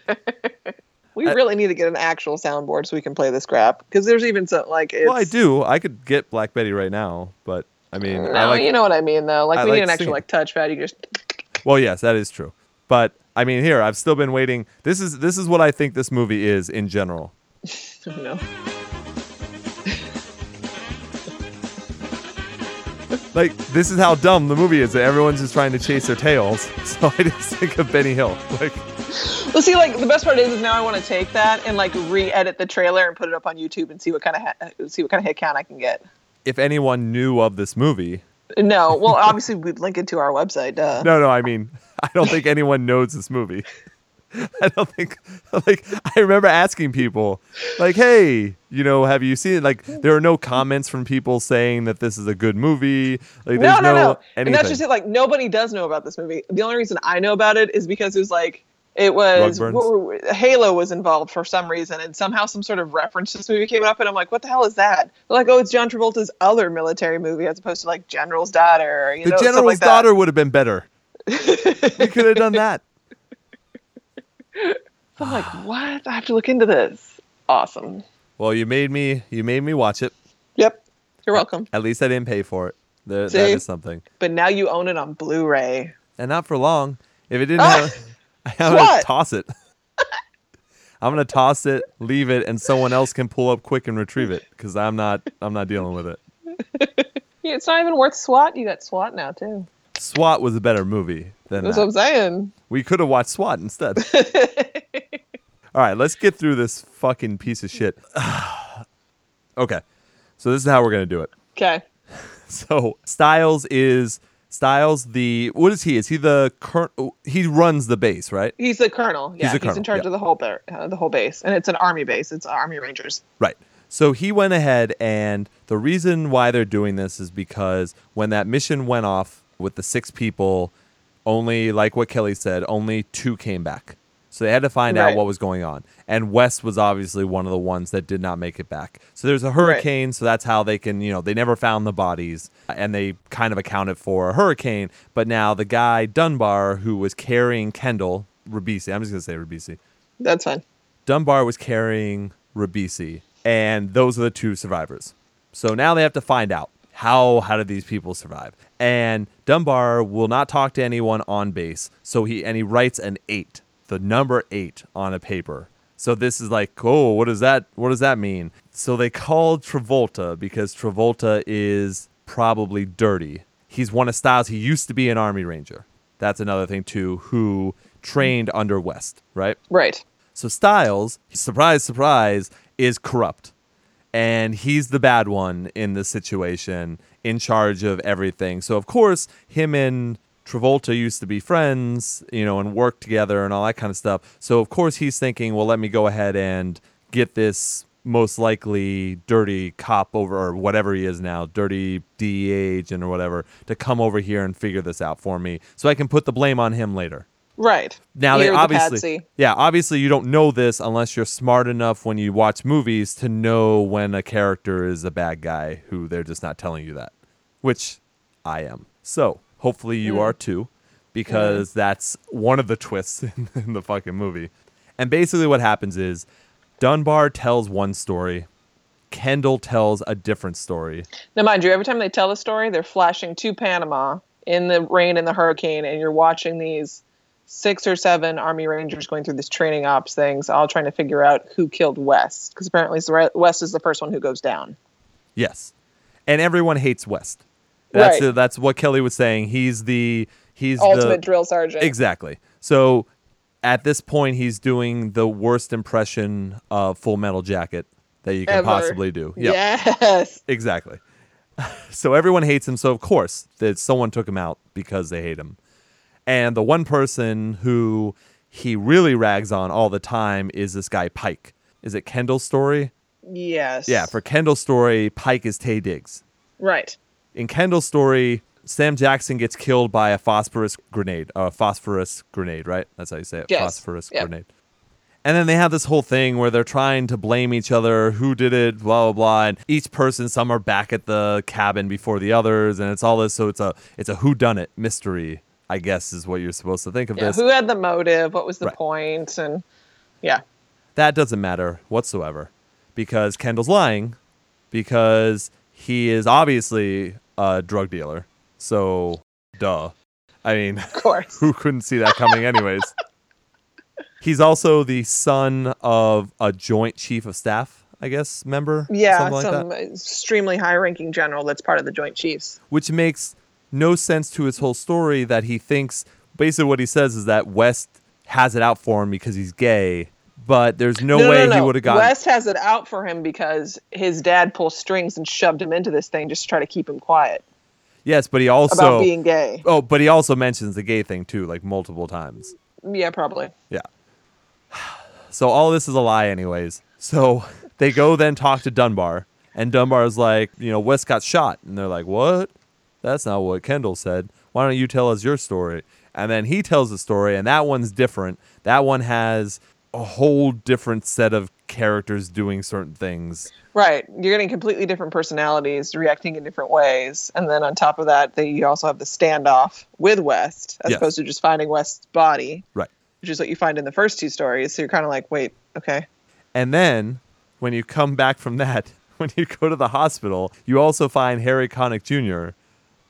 S10: We really need to get an actual soundboard so we can play this crap because there's even some like it's,
S9: Well, I do. I could get Black Betty right now, but I mean,
S10: No,
S9: I like,
S10: you know what I mean though. Like
S9: I
S10: we
S9: like
S10: need an actual
S9: singing.
S10: like touchpad. You just
S9: Well, yes, that is true. But I mean, here I've still been waiting. This is this is what I think this movie is in general.
S10: I don't know.
S9: Like this is how dumb the movie is that everyone's just trying to chase their tails. So I just think of Benny Hill. Like
S10: Well, see, like the best part is, is now I want to take that and like re-edit the trailer and put it up on YouTube and see what kind of ha- see what kind of hit count I can get.
S9: if anyone knew of this movie.
S10: No, well, obviously we'd link it to our website. Duh.
S9: No, no, I mean, I don't think anyone knows this movie. I don't think like I remember asking people like, "Hey, you know, have you seen it?" Like there are no comments from people saying that this is a good movie.
S10: no,
S9: Like there's
S10: no, no.
S9: anything.
S10: And that's just it. Like nobody does know about this movie. The only reason I know about it is because it was like it was
S9: Rug burns.
S10: what were, Halo was involved for some reason, and somehow some sort of reference to this movie came up, and I'm like, what the hell is that? They're like, oh, it's John Travolta's other military movie, as opposed to like General's Daughter. Or, you
S9: the
S10: know, stuff
S9: general's
S10: like that.
S9: daughter would have been better. you could have done that.
S10: I'm like, what? I have to look into this. Awesome.
S9: Well, you made me. You made me watch it.
S10: Yep. You're welcome.
S9: At least I didn't pay for it. There, that
S10: See?
S9: is something,
S10: But now you own it on Blu-ray.
S9: and not for long. If it didn't,
S10: Ah!
S9: have, I'm gonna
S10: What?
S9: toss it. I'm gonna toss it, leave it, and someone else can pull up quick and retrieve it because I'm not. I'm not dealing with it.
S10: Yeah, it's not even worth SWAT. You got SWAT now too.
S9: SWAT was a better movie than
S10: That's
S9: that.
S10: what I'm saying.
S9: We could have watched SWAT instead. All right, let's get through this fucking piece of shit. okay, so this is how we're gonna do it.
S10: Okay.
S9: So Styles is Styles the what is he? Is he the current? He runs the base, right?
S10: He's the colonel. Yeah,
S9: a
S10: he's,
S9: colonel,
S10: in charge
S9: yeah.
S10: of the whole bar- uh, the whole base, and it's an army base. It's army rangers.
S9: Right. So he went ahead, and the reason why they're doing this is because when that mission went off with the six people, only, like what Kelly said, only two came back. So they had to find out
S12: Right.
S9: what was going on. And West was obviously one of the ones that did not make it back. So there's a hurricane. So that's how they can, you know, they never found the bodies and they kind of accounted for a hurricane. But now the guy, Dunbar, who was carrying Kendall, Rabisi, I'm just going to say Rabisi.
S10: That's fine.
S9: Dunbar was carrying Rabisi, and those are the two survivors. So now they have to find out how how did these people survive? And Dunbar will not talk to anyone on base, so he and he writes an eight, the number eight, on a paper. So this is like, oh, what does that what does that mean? So they called Travolta because Travolta is probably dirty. He's one of Styles. He used to be an Army Ranger. That's another thing too. Who trained under West, right?
S10: Right.
S9: So Styles, surprise, surprise, is corrupt. And he's the bad one in this situation, in charge of everything. So, of course, him and Travolta used to be friends, you know, and work together and all that kind of stuff. So, of course, he's thinking, well, let me go ahead and get this most likely dirty cop over or whatever he is now, dirty DEA agent or whatever, to come over here and figure this out for me so I can put the blame on him later.
S10: Right.
S9: Now they
S10: You're the
S9: obviously,
S10: patsy.
S9: yeah, obviously you don't know this unless you're smart enough when you watch movies to know when a character is a bad guy who they're just not telling you that, which I am. So hopefully you
S10: Hmm.
S12: Mm.
S9: are too, because that's one of the twists in, in the fucking movie. And basically what happens is Dunbar tells one story, Kendall tells a different story.
S10: Now, mind you, every time they tell a story, they're flashing to Panama in the rain and the hurricane, and you're watching these six or seven army rangers going through these training ops things, all trying to figure out who killed West, because apparently it's the re- West is the first one who goes down.
S9: Yes, and everyone hates West. That's
S10: Right.
S9: the- that's what Kelly was saying. He's the he's the
S10: Ultimate drill sergeant.
S9: Exactly. So at this point he's doing the worst impression of Full Metal Jacket that you can
S10: Ever.
S9: possibly do. Yep.
S10: Yes.
S9: Exactly. So everyone hates him. So of course that someone took him out because they hate him. And the one person who he really rags on all the time is this guy Pike. Is it Kendall's story?
S10: Yes.
S9: Yeah, for Kendall's story, Pike is Tay Diggs.
S10: Right.
S9: In Kendall's story, Sam Jackson gets killed by a phosphorus grenade. A phosphorus grenade, right? That's how you say it.
S10: Yes.
S9: Phosphorus
S10: Yeah.
S9: grenade. And then they have this whole thing where they're trying to blame each other, who did it, blah blah blah. And each person, some are back at the cabin before the others, and it's all this. So it's a it's a who done it mystery, I guess, is what you're supposed to think of
S10: Yeah.
S9: this.
S10: Who had the motive? What was the
S9: Right.
S10: point? And yeah.
S9: That doesn't matter whatsoever because Kendall's lying because he is obviously a drug dealer. So, duh. I mean, of
S10: course.
S9: who couldn't see that coming, anyways? He's also the son of a joint chief of staff, I guess, member?
S10: Yeah.
S9: Something like that
S10: some extremely high ranking general that's part of the Joint Chiefs.
S9: which makes no sense to his whole story that he thinks basically what he says is that West has it out for him because he's gay, but there's no, way he would have gotten
S10: West has it out for him because his dad pulled strings and shoved him into this thing just to try to keep him quiet
S9: Yes, but he also
S10: about being gay.
S9: Oh, but he also mentions the gay thing too, like multiple times.
S10: Yeah, probably.
S9: Yeah. So all this is a lie anyways. So they go then talk to Dunbar and Dunbar is like, you know, West got shot and they're like, "What? That's not what Kendall said. Why don't you tell us your story?" And then he tells the story and that one's different. That one has a whole different set of characters doing certain things.
S10: Right. You're getting completely different personalities reacting in different ways. And then on top of that, they, you also have the standoff with West as
S9: Yes.
S10: opposed to just finding West's body,
S9: Right.
S10: which is what you find in the first two stories. So you're kind of like, wait, okay.
S9: And then when you come back from that, when you go to the hospital, you also find Harry Connick Jr.,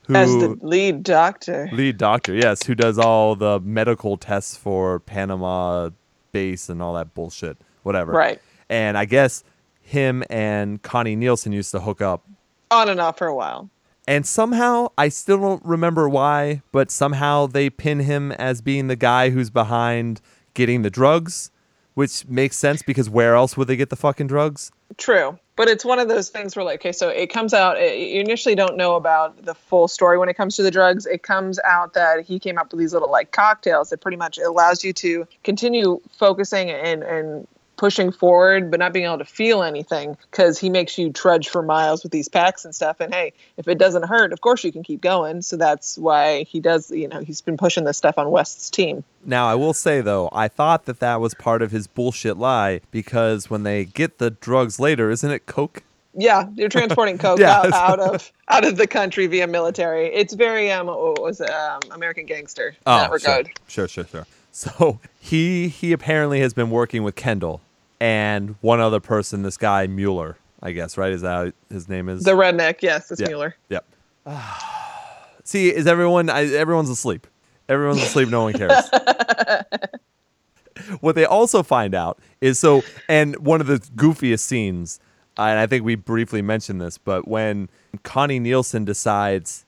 S9: who
S10: As the lead doctor.
S9: lead doctor, yes, who does all the medical tests for Panama base and all that bullshit, whatever.
S10: Right.
S9: And I guess him and Connie Nielsen used to hook up.
S10: On and off for a while.
S9: And somehow, I still don't remember why, but somehow they pin him as being the guy who's behind getting the drugs, which makes sense because where else would they get the fucking drugs?
S10: True. But it's one of those things where, like, okay, so it comes out, eh, you initially don't know about the full story when it comes to the drugs. It comes out that he came up with these little, like, cocktails that pretty much allows you to continue focusing and, and, pushing forward but not being able to feel anything because he makes you trudge for miles with these packs and stuff and hey if it doesn't hurt of course you can keep going so that's why he does you know he's been pushing this stuff on west's team
S9: Now, I will say though, I thought that that was part of his bullshit lie because when they get the drugs later, isn't it coke?
S10: Yeah, you're transporting coke
S9: Yeah.
S10: out, out of out of the country via military. It's very um what was it, um American gangster in that regard.
S9: Oh, Sure, sure, sure, sure. So he he apparently has been working with Kendall and one other person, this guy Mueller, I guess, right? Is that how his name is?
S10: The redneck, yes, it's
S9: Yeah.
S10: Mueller.
S9: Yep. See, is everyone? I, everyone's asleep. Everyone's asleep. No one cares. what they also find out is so, and one of the goofiest scenes, uh, and I think we briefly mentioned this, but when Connie Nielsen decides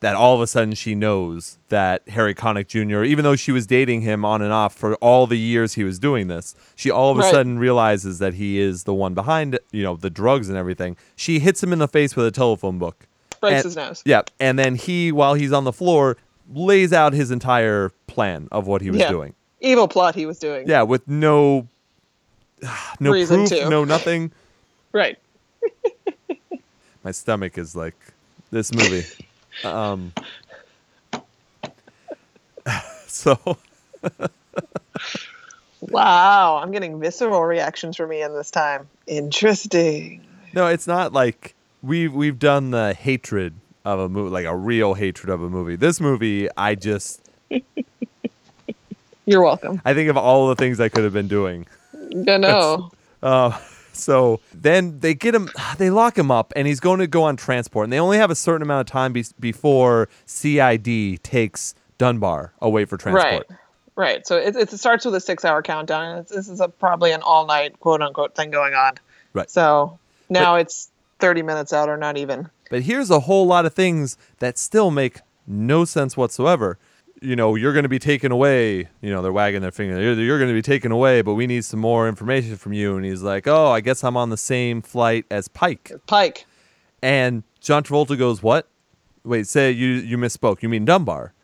S9: that all of a sudden she knows that Harry Connick Jr., even though she was dating him on and off for all the years he was doing this, she all of a
S10: Right.
S9: sudden realizes that he is the one behind, you know, the drugs and everything. She hits him in the face with a telephone book.
S10: Breaks
S9: And-
S10: his nose.
S9: Yeah, and then he, while he's on the floor, lays out his entire plan of what he was
S10: Yeah.
S9: doing.
S10: Evil plot he was doing.
S9: Yeah, with no, no
S10: Reason
S9: proof,
S10: to.
S9: no nothing.
S10: Right.
S9: My stomach is like this movie. um, so
S10: Wow, I'm getting visceral reactions from Ian this time. Interesting.
S9: no, it's not like we've we've done the hatred of a movie, like a real hatred of a movie. This movie, I just,
S10: You're welcome.
S9: I think of all the things I could have been doing.
S10: I know.
S9: Uh, so then they get him, they lock him up, and he's going to go on transport. And they only have a certain amount of time be- before CID takes Dunbar away for transport.
S10: Right. Right. So it, it starts with a six hour countdown. And it's, this is a, probably an all night quote unquote thing going on.
S9: Right.
S10: So now it's 30 minutes out or not even.
S9: But here's a whole lot of things that still make no sense whatsoever. you know, you're going to be taken away. You know, they're wagging their finger. You're, you're going to be taken away, but we need some more information from you. And he's like, oh, I guess I'm on the same flight as Pike.
S10: Pike.
S9: And John Travolta goes, what? Wait, say you you misspoke. You mean Dunbar?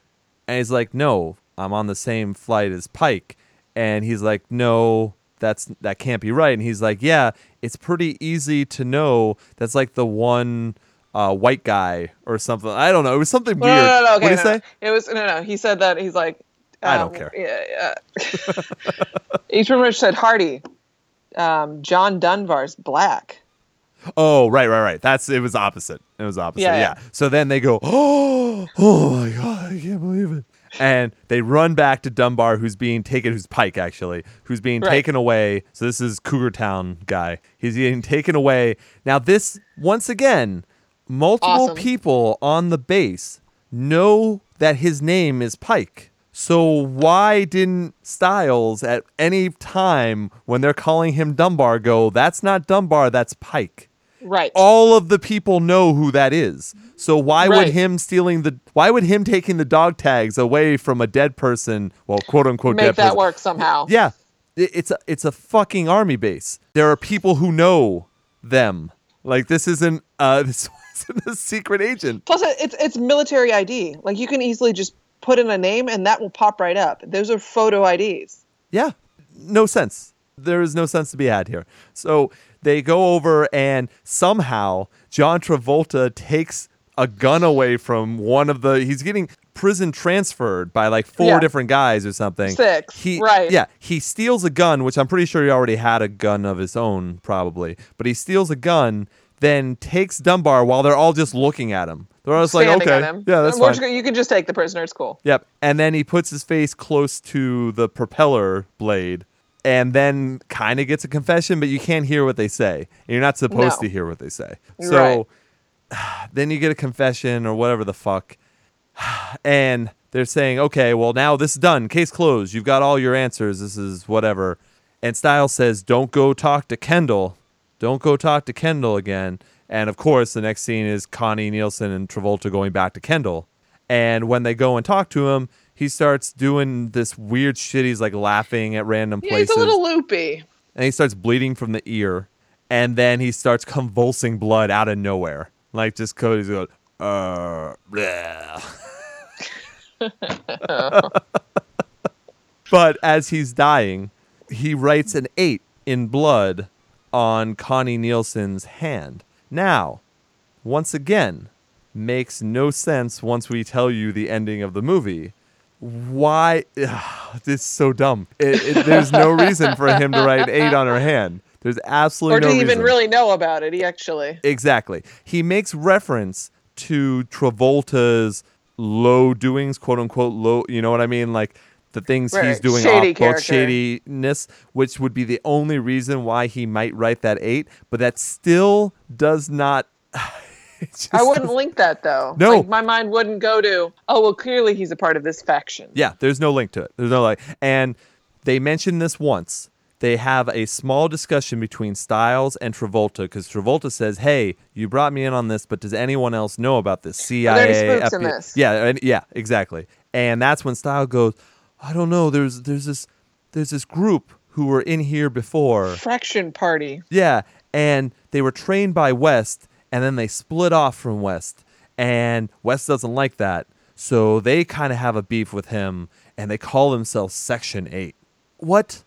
S9: And he's like, no, I'm on the same flight as Pike. And he's like, no, that's that can't be right. And he's like, yeah, it's pretty easy to know. That's like the one uh, white guy or something. I don't know. It was something
S10: No,
S9: weird.
S10: no, no, no, okay,
S9: what did he
S10: no,
S9: say?
S10: no. It was no, no. He said that he's like.
S9: I don't
S10: um,
S9: care.
S10: Yeah, yeah. He's pretty much said Hardy. Um, John Dunbar's black.
S9: Oh, right, right, right. That's it was opposite. It was opposite.
S10: Yeah,
S9: Yeah.
S10: yeah.
S9: So then they go, oh, oh my god, I can't believe it. And they run back to Dunbar, who's being taken, who's Pike actually, who's being
S12: Right.
S9: taken away. So this is Cougar Town guy. He's being taken away. Now this once again, multiple
S12: Awesome.
S9: people on the base know that his name is Pike. So why didn't Styles at any time when they're calling him Dunbar go, that's not Dunbar, that's Pike?
S10: Right.
S9: All of the people know who that is. So why would
S12: Right.
S9: him stealing the why would him taking the dog tags away from a dead person, well, quote unquote
S10: Make
S9: dead
S10: that
S9: person?
S10: work somehow.
S9: Yeah. I- It's a, it's a fucking army base. There are people who know them. Like this isn't uh this isn't a secret agent.
S10: Plus, it- it's it's military ID. Like you can easily just put in a name and that will pop right up. Those are photo IDs.
S9: Yeah, no sense. There is no sense to be had here. So they go over, and somehow John Travolta takes a gun away from one of the. He's getting prison transferred by like four
S12: Yeah.
S9: different guys or something.
S12: Six,
S9: He,
S12: right.
S9: Yeah, he steals a gun, which I'm pretty sure he already had a gun of his own, probably. But he steals a gun, then takes Dunbar while they're all just looking at him. They're all just like,
S10: Standing
S9: okay,
S10: on him.
S9: yeah, that's
S10: We're
S9: fine.
S10: just gonna- you can just take the prisoner. It's cool.
S9: Yep. And then he puts his face close to the propeller blade and then kind of gets a confession, but you can't hear what they say. And you're not supposed to
S12: No.
S9: hear what they say.
S12: You're
S9: So then you get a confession or whatever the fuck. And they're saying, okay, well, now this is done. Case closed. You've got all your answers. This is whatever. And Styles says, don't go talk to Kendall. Don't go talk to Kendall again. And of course, the next scene is Connie Nielsen and Travolta going back to Kendall. And when they go and talk to him, he starts doing this weird shit. He's like laughing at random
S10: Yeah,
S9: places
S10: he's a little loopy.
S9: and he starts bleeding from the ear, and then he starts convulsing blood out of nowhere. Like just Cody's going, uh, bleh." but as he's dying, he writes an eight in blood on Connie Nielsen's hand. Now, once again, makes no sense once we tell you the ending of the movie. Why? this is so dumb. It, it, there's no reason for him to write an eight on her hand. There's absolutely
S10: or
S9: no
S10: did he
S9: reason.
S10: even really know about it? He actually.
S9: Exactly. He makes reference to Travolta's low doings, quote unquote low. You know what I mean? Like the things he's
S12: Right.
S9: doing
S12: Shady
S9: off both
S12: character.
S9: shadiness, which would be the only reason why he might write that eight. But that still does not.
S10: I wouldn't link that though.
S9: No.
S10: Like, my mind wouldn't go to. Oh well, clearly he's a part of this faction.
S9: Yeah, there's no link to it. There's no like, and they mention this once. They have a small discussion between Styles and Travolta because Travolta says, "Hey, you brought me in on this, but does anyone else know about this?
S12: there any
S9: CIA,
S12: spooks in
S9: FBI
S12: this?
S9: yeah, and, yeah, exactly." And that's when Styles goes, "I don't know. There's there's this there's this group who were in here before.
S10: Fraction party.
S9: Yeah, and they were trained by West, and then they split off from West, and West doesn't like that, so they kind of have a beef with him, and they call themselves Section Eight. What?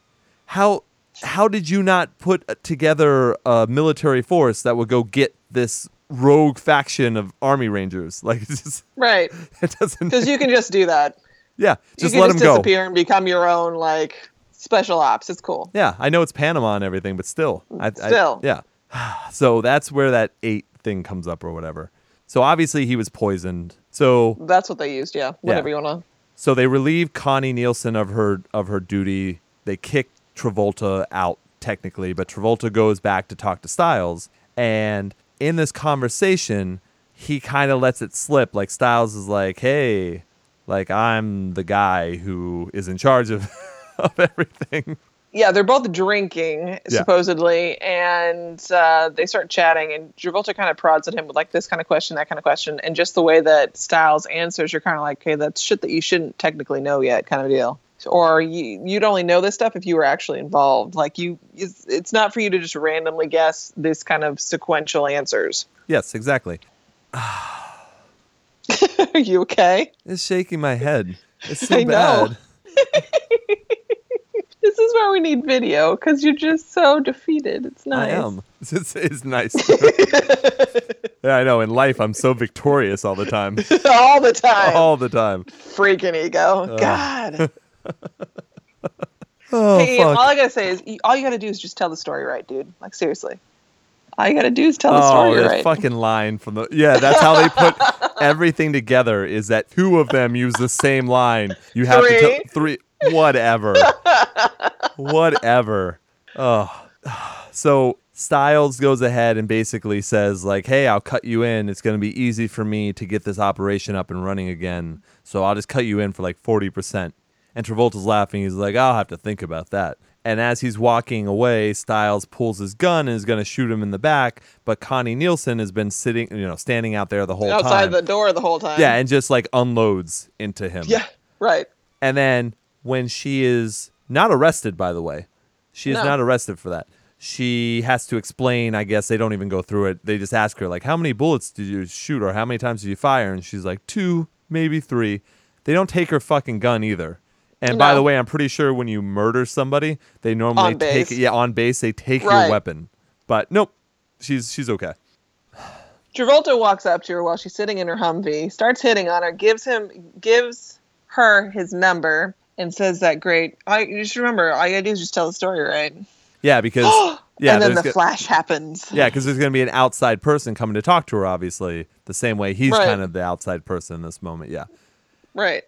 S9: How? How did you not put uh, together a military force that would go get this rogue faction of Army Rangers? Like, it's just,
S10: Right.
S9: It doesn't.
S10: Because you can just do that.
S9: yeah, just
S10: you
S9: let
S10: can
S9: them
S10: just
S9: go.
S10: disappear and become your own like special ops. It's cool.
S9: Yeah, I know it's Panama and everything, but still, I, I-
S10: Still.
S9: yeah. So that's where that eight thing comes up or whatever. So obviously he was poisoned. So
S10: That's what they used. Yeah. Whatever you wanna.
S9: so they relieve Connie Nielsen of her of her duty. They kick Travolta out technically, but Travolta goes back to talk to Styles, and in this conversation, he kind of lets it slip. Like Styles is like, "Hey, like I'm the guy who is in charge of of everything."
S10: yeah, they're both drinking
S9: Yeah.
S10: supposedly, and uh, they start chatting. And Travolta kind of prods at him with like this kind of question, that kind of question, and just the way that Styles answers, you're kind of like, okay, that's shit that you shouldn't technically know yet, kind of deal. Or you, you'd only know this stuff if you were actually involved. Like you, it's, it's not for you to just randomly guess this kind of sequential answers.
S9: Yes, exactly.
S10: Are you okay?
S9: It's shaking my head. It's so
S10: I know.
S9: bad.
S10: This is why we need video because you're just so defeated. It's nice.
S9: I am. It's, it's nice. yeah, I know. In life, I'm so victorious all the time.
S10: all the time.
S9: All the time.
S10: Freaking ego.
S9: Ugh.
S10: God.
S9: Oh,
S10: hey,
S9: fuck.
S10: all I gotta say is, you- all you gotta do is just tell the story right, dude. Like seriously, all you gotta do is tell the
S9: oh,
S10: story
S9: that
S10: right.
S9: fucking line from the yeah. That's how they put everything together. Is that two of them use the same line? You have to tell three. Whatever. whatever. Oh, so Styles goes ahead and basically says like, "Hey, I'll cut you in. It's going to be easy for me to get this operation up and running again. So I'll just cut you in for like forty percent." And Travolta's laughing. He's like, "I'll have to think about that." And as he's walking away, Styles pulls his gun and is going to shoot him in the back. But Connie Nielsen has been sitting, you know, standing out there the whole
S10: Outside
S9: time.
S10: the door the whole time.
S9: yeah, and just like unloads into him.
S10: yeah, right.
S9: And then when she is not arrested, by the way, she is
S10: No.
S9: not arrested for that. She has to explain. I guess they don't even go through it. They just ask her like, "How many bullets did you shoot, or how many times did you fire?" And she's like, two, maybe three. They don't take her fucking gun either. And by
S10: No.
S9: the way, I'm pretty sure when you murder somebody, they normally
S10: On
S9: take
S10: base.
S9: yeah on base they take your
S10: Right.
S9: weapon. But nope, she's she's okay.
S10: Travolta walks up to her while she's sitting in her Humvee, starts hitting on her, gives him gives her his number, and says that great. I you just remember all you gotta do is just tell the story right.
S9: Yeah, because yeah,
S10: and then
S9: there's
S10: the
S9: go-
S10: flash happens.
S9: Yeah, because there's going to be an outside person coming to talk to her, obviously, the same way he's
S10: Right.
S9: kind of the outside person in this moment. Yeah.
S10: Right.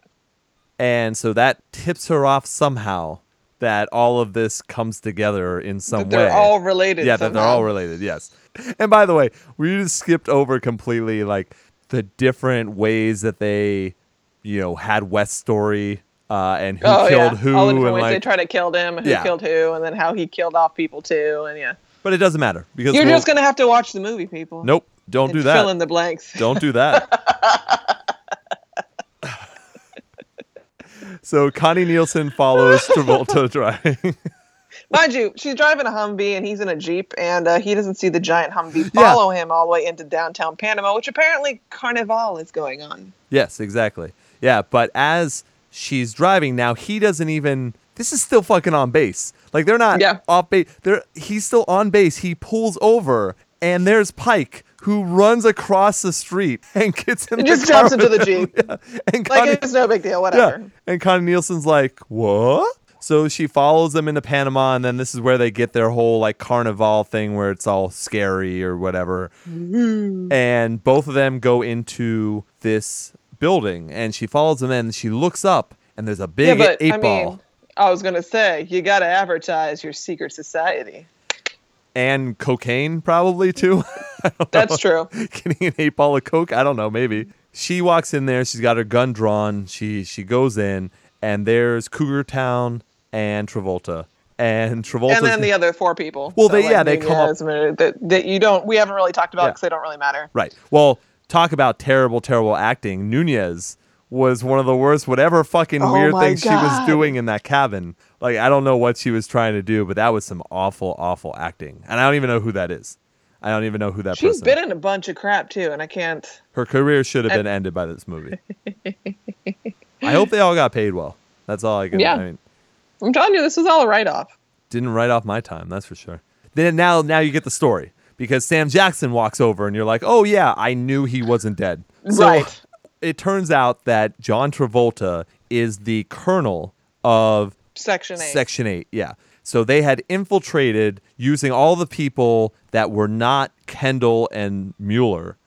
S9: And so that tips her off somehow that all of this comes together in some
S10: they're
S9: way.
S10: all related
S9: Yeah, that they're all
S10: somehow.
S9: related. Yes. And by the way, we just skipped over completely like the different ways that they, you know, had West story uh, and who
S10: oh
S9: killed
S10: yeah.
S9: who
S10: all the different
S9: and
S10: ways
S9: like.
S10: they tried to kill him, who
S9: Yeah.
S10: killed who, and then how he killed off people too, and yeah.
S9: but it doesn't matter because
S10: You're
S9: we'll-
S10: just gonna have to watch the movie, people.
S9: Nope. Don't
S10: and
S9: do that.
S10: Fill in the blanks.
S9: Don't do that. so Connie Nielsen follows Travolta driving.
S10: Mind you, she's driving a Humvee and he's in a Jeep, and uh, he doesn't see the giant Humvee follow him all the way into downtown Panama, which apparently Carnival is going on.
S9: yes, exactly. Yeah, but as she's driving now, he doesn't even. This is still fucking on base. Like they're not
S10: Yeah.
S9: off base. They're he's still on base. He pulls over, and there's Pike who runs across the street and gets in.
S10: It
S9: the
S10: just
S9: car
S10: jumps into
S9: with
S10: the
S9: him.
S10: Jeep.
S9: And
S10: Like,
S9: Connie-
S10: it's no big deal,
S9: Yeah.
S10: whatever.
S9: And Connie Nielsen's like, what? So she follows them into Panama, and then this is where they get their whole like carnival thing where it's all scary or whatever.
S10: Mm-hmm.
S9: And both of them go into this building, and she follows them in. And she looks up, and there's a big eight ball.
S10: I was going to say, you got to advertise your secret society.
S9: and cocaine probably too. I don't
S10: That's
S9: know.
S10: true.
S9: Getting an eight ball of coke, I don't know, maybe. She walks in there. She's got her gun drawn. She she goes in, and there's Cougar Town and Travolta, and Travolta.
S10: and then the other four people.
S9: Well, they- yeah, they come
S10: Nunez,
S9: up-
S10: uh, That, that you don't, we haven't really talked about
S9: Yeah.
S10: because they don't really matter.
S9: right. Well, talk about terrible, terrible acting. Nunez was one of the worst. Whatever fucking
S10: Oh
S9: weird
S10: my
S9: thing she was
S10: God.
S9: doing in that cabin. Like I don't know what she was trying to do, but that was some awful, awful acting. And I don't even know who that is. I don't even know who that
S10: She's
S9: person.
S10: been in a bunch of crap too, and I can't.
S9: Her career should have been ended by this movie. I hope they all got paid well. That's all I can.
S10: Yeah.
S9: I mean,
S10: I'm telling you, this is all a write off.
S9: didn't write off my time, that's for sure. Then now, now you get the story because Sam Jackson walks over and you're like, oh yeah, I knew he wasn't dead. So
S10: Right.
S9: it turns out that John Travolta is the colonel of
S10: Section 8.
S9: Section 8, yeah. So they had infiltrated using all the people that were not Kendall and Mueller.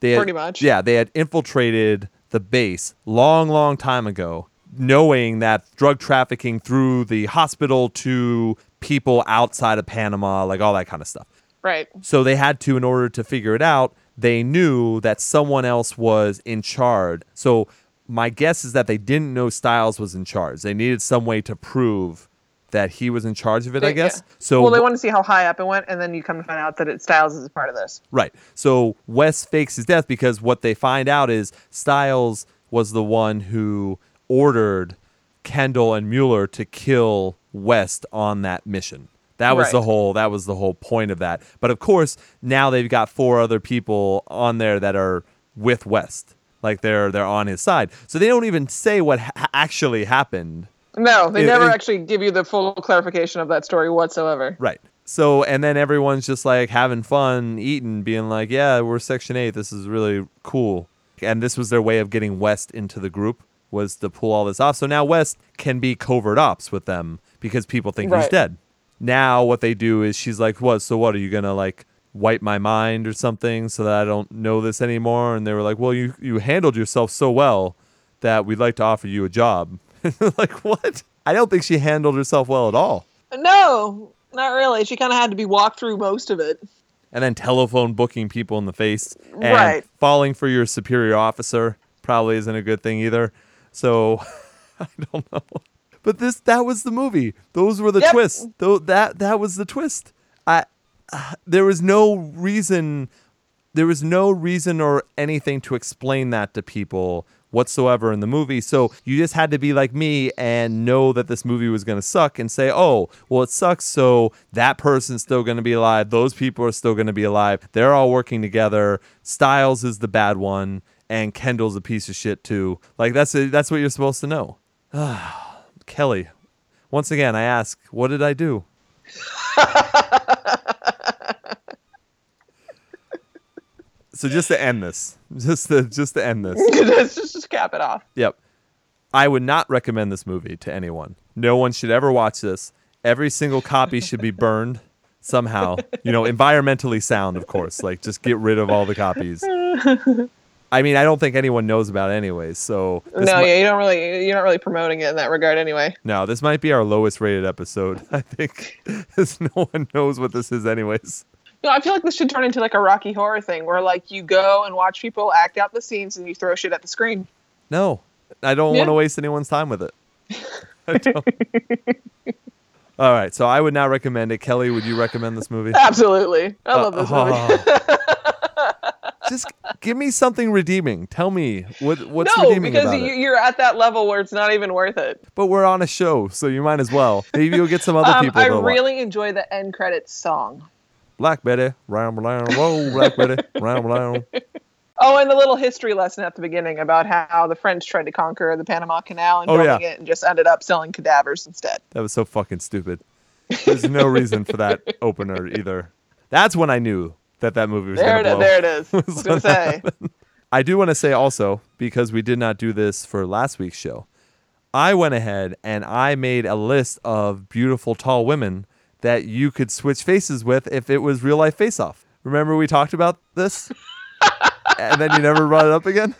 S9: They had-
S10: Pretty much.
S9: Yeah, they had infiltrated the base long, long time ago, knowing that drug trafficking through the hospital to people outside of Panama, like all that kind of stuff.
S10: Right.
S9: So they had to, in order to figure it out, they knew that someone else was in charge. So my guess is that they didn't know Styles was in charge. They needed some way to prove that he was in charge of it, I
S10: Yeah.
S9: guess. So
S10: well, they want to see how high up it went, and then you come to find out that it Styles is a part of this.
S9: Right. So Wes fakes his death because what they find out is Styles was the one who ordered Kendall and Mueller to kill West on that mission. That was the
S12: Right.
S9: whole that was the whole point of that. But of course, now they've got four other people on there that are with West. Like they're they're on his side. So they don't even say what ha- actually happened.
S10: No, they
S9: Yeah,
S10: never
S9: and-
S10: actually give you the full clarification of that story whatsoever.
S9: Right. So and then everyone's just like having fun, eating, being like, "Yeah, we're Section Eight. This is really cool." And this was their way of getting West into the group was to pull all this off. So now West can be covert ops with them because people think he's
S12: Right.
S9: dead. Now what they do is she's like, "What? So what are you gonna like?" wipe my mind or something so that I don't know this anymore and they were like well you you handled yourself so well that we'd like to offer you a job like what I don't think she handled herself well at all
S10: No, not really. She kind of had to be walked through most of it.
S9: and then telephone booking people in the face and
S10: Right.
S9: falling for your superior officer probably isn't a good thing either. So I don't know. But this that was the movie. Those were the
S12: Yep.
S9: twists. Though that that was the twist. I uh, there was no reason there was no reason or anything to explain that to people whatsoever in the movie. So you just had to be like me and know that this movie was going to suck and say, "Oh, well it sucks, so that person's still going to be alive. Those people are still going to be alive. They're all working together. Styles is the bad one and Kendall's a piece of shit too." Like that's that's what you're supposed to know. Kelly, once again I ask, what did I do? So just to end this, just to just to end this.
S10: just, just, just cap it off.
S9: Yep. I would not recommend this movie to anyone. No one should ever watch this. Every single copy should be burned somehow. You know, environmentally sound, of course. Like just get rid of all the copies.
S10: no,
S9: I mean, I don't think anyone knows about it anyways. So this mi-
S10: yeah, you don't really, you're not really promoting it in that regard, anyway.
S9: no, this might be our lowest rated episode. I think 'cause no one knows what this is anyways.
S10: No, I feel like this should turn into like a Rocky Horror thing, where like you go and watch people act out the scenes, and you throw shit at the screen.
S9: No, I don't want
S10: Yeah.
S9: to waste anyone's time with it. I don't. All right, so I would not recommend it. Kelly, would you recommend this movie?
S10: Absolutely, I love
S9: Uh,
S10: this movie.
S9: just give me something redeeming. Tell me what what's
S10: no,
S9: redeeming
S10: because
S9: about
S10: you,
S9: it.
S10: you're at that level where it's not even worth it.
S9: But we're on a show, so you might as well. Maybe you'll get some other
S10: Um,
S9: people.
S10: I
S9: to watch.
S10: really enjoy the end credits song.
S9: Black Betty, round round, whoa, Black Betty, round round.
S10: Oh, and the little history lesson at the beginning about how the French tried to conquer the Panama Canal and
S9: Oh,
S10: building
S9: yeah.
S10: it and just ended up selling cadavers instead.
S9: That was so fucking stupid. There's no reason for that opener either. That's when I knew that that movie was
S10: There
S9: gonna
S10: it-
S9: blow.
S10: there it is. I was gonna
S9: when that happened. I do want to say also because we did not do this for last week's show. I went ahead and I made a list of beautiful tall women that you could switch faces with if it was real life face off. Remember we talked about this? and then you never brought it up again?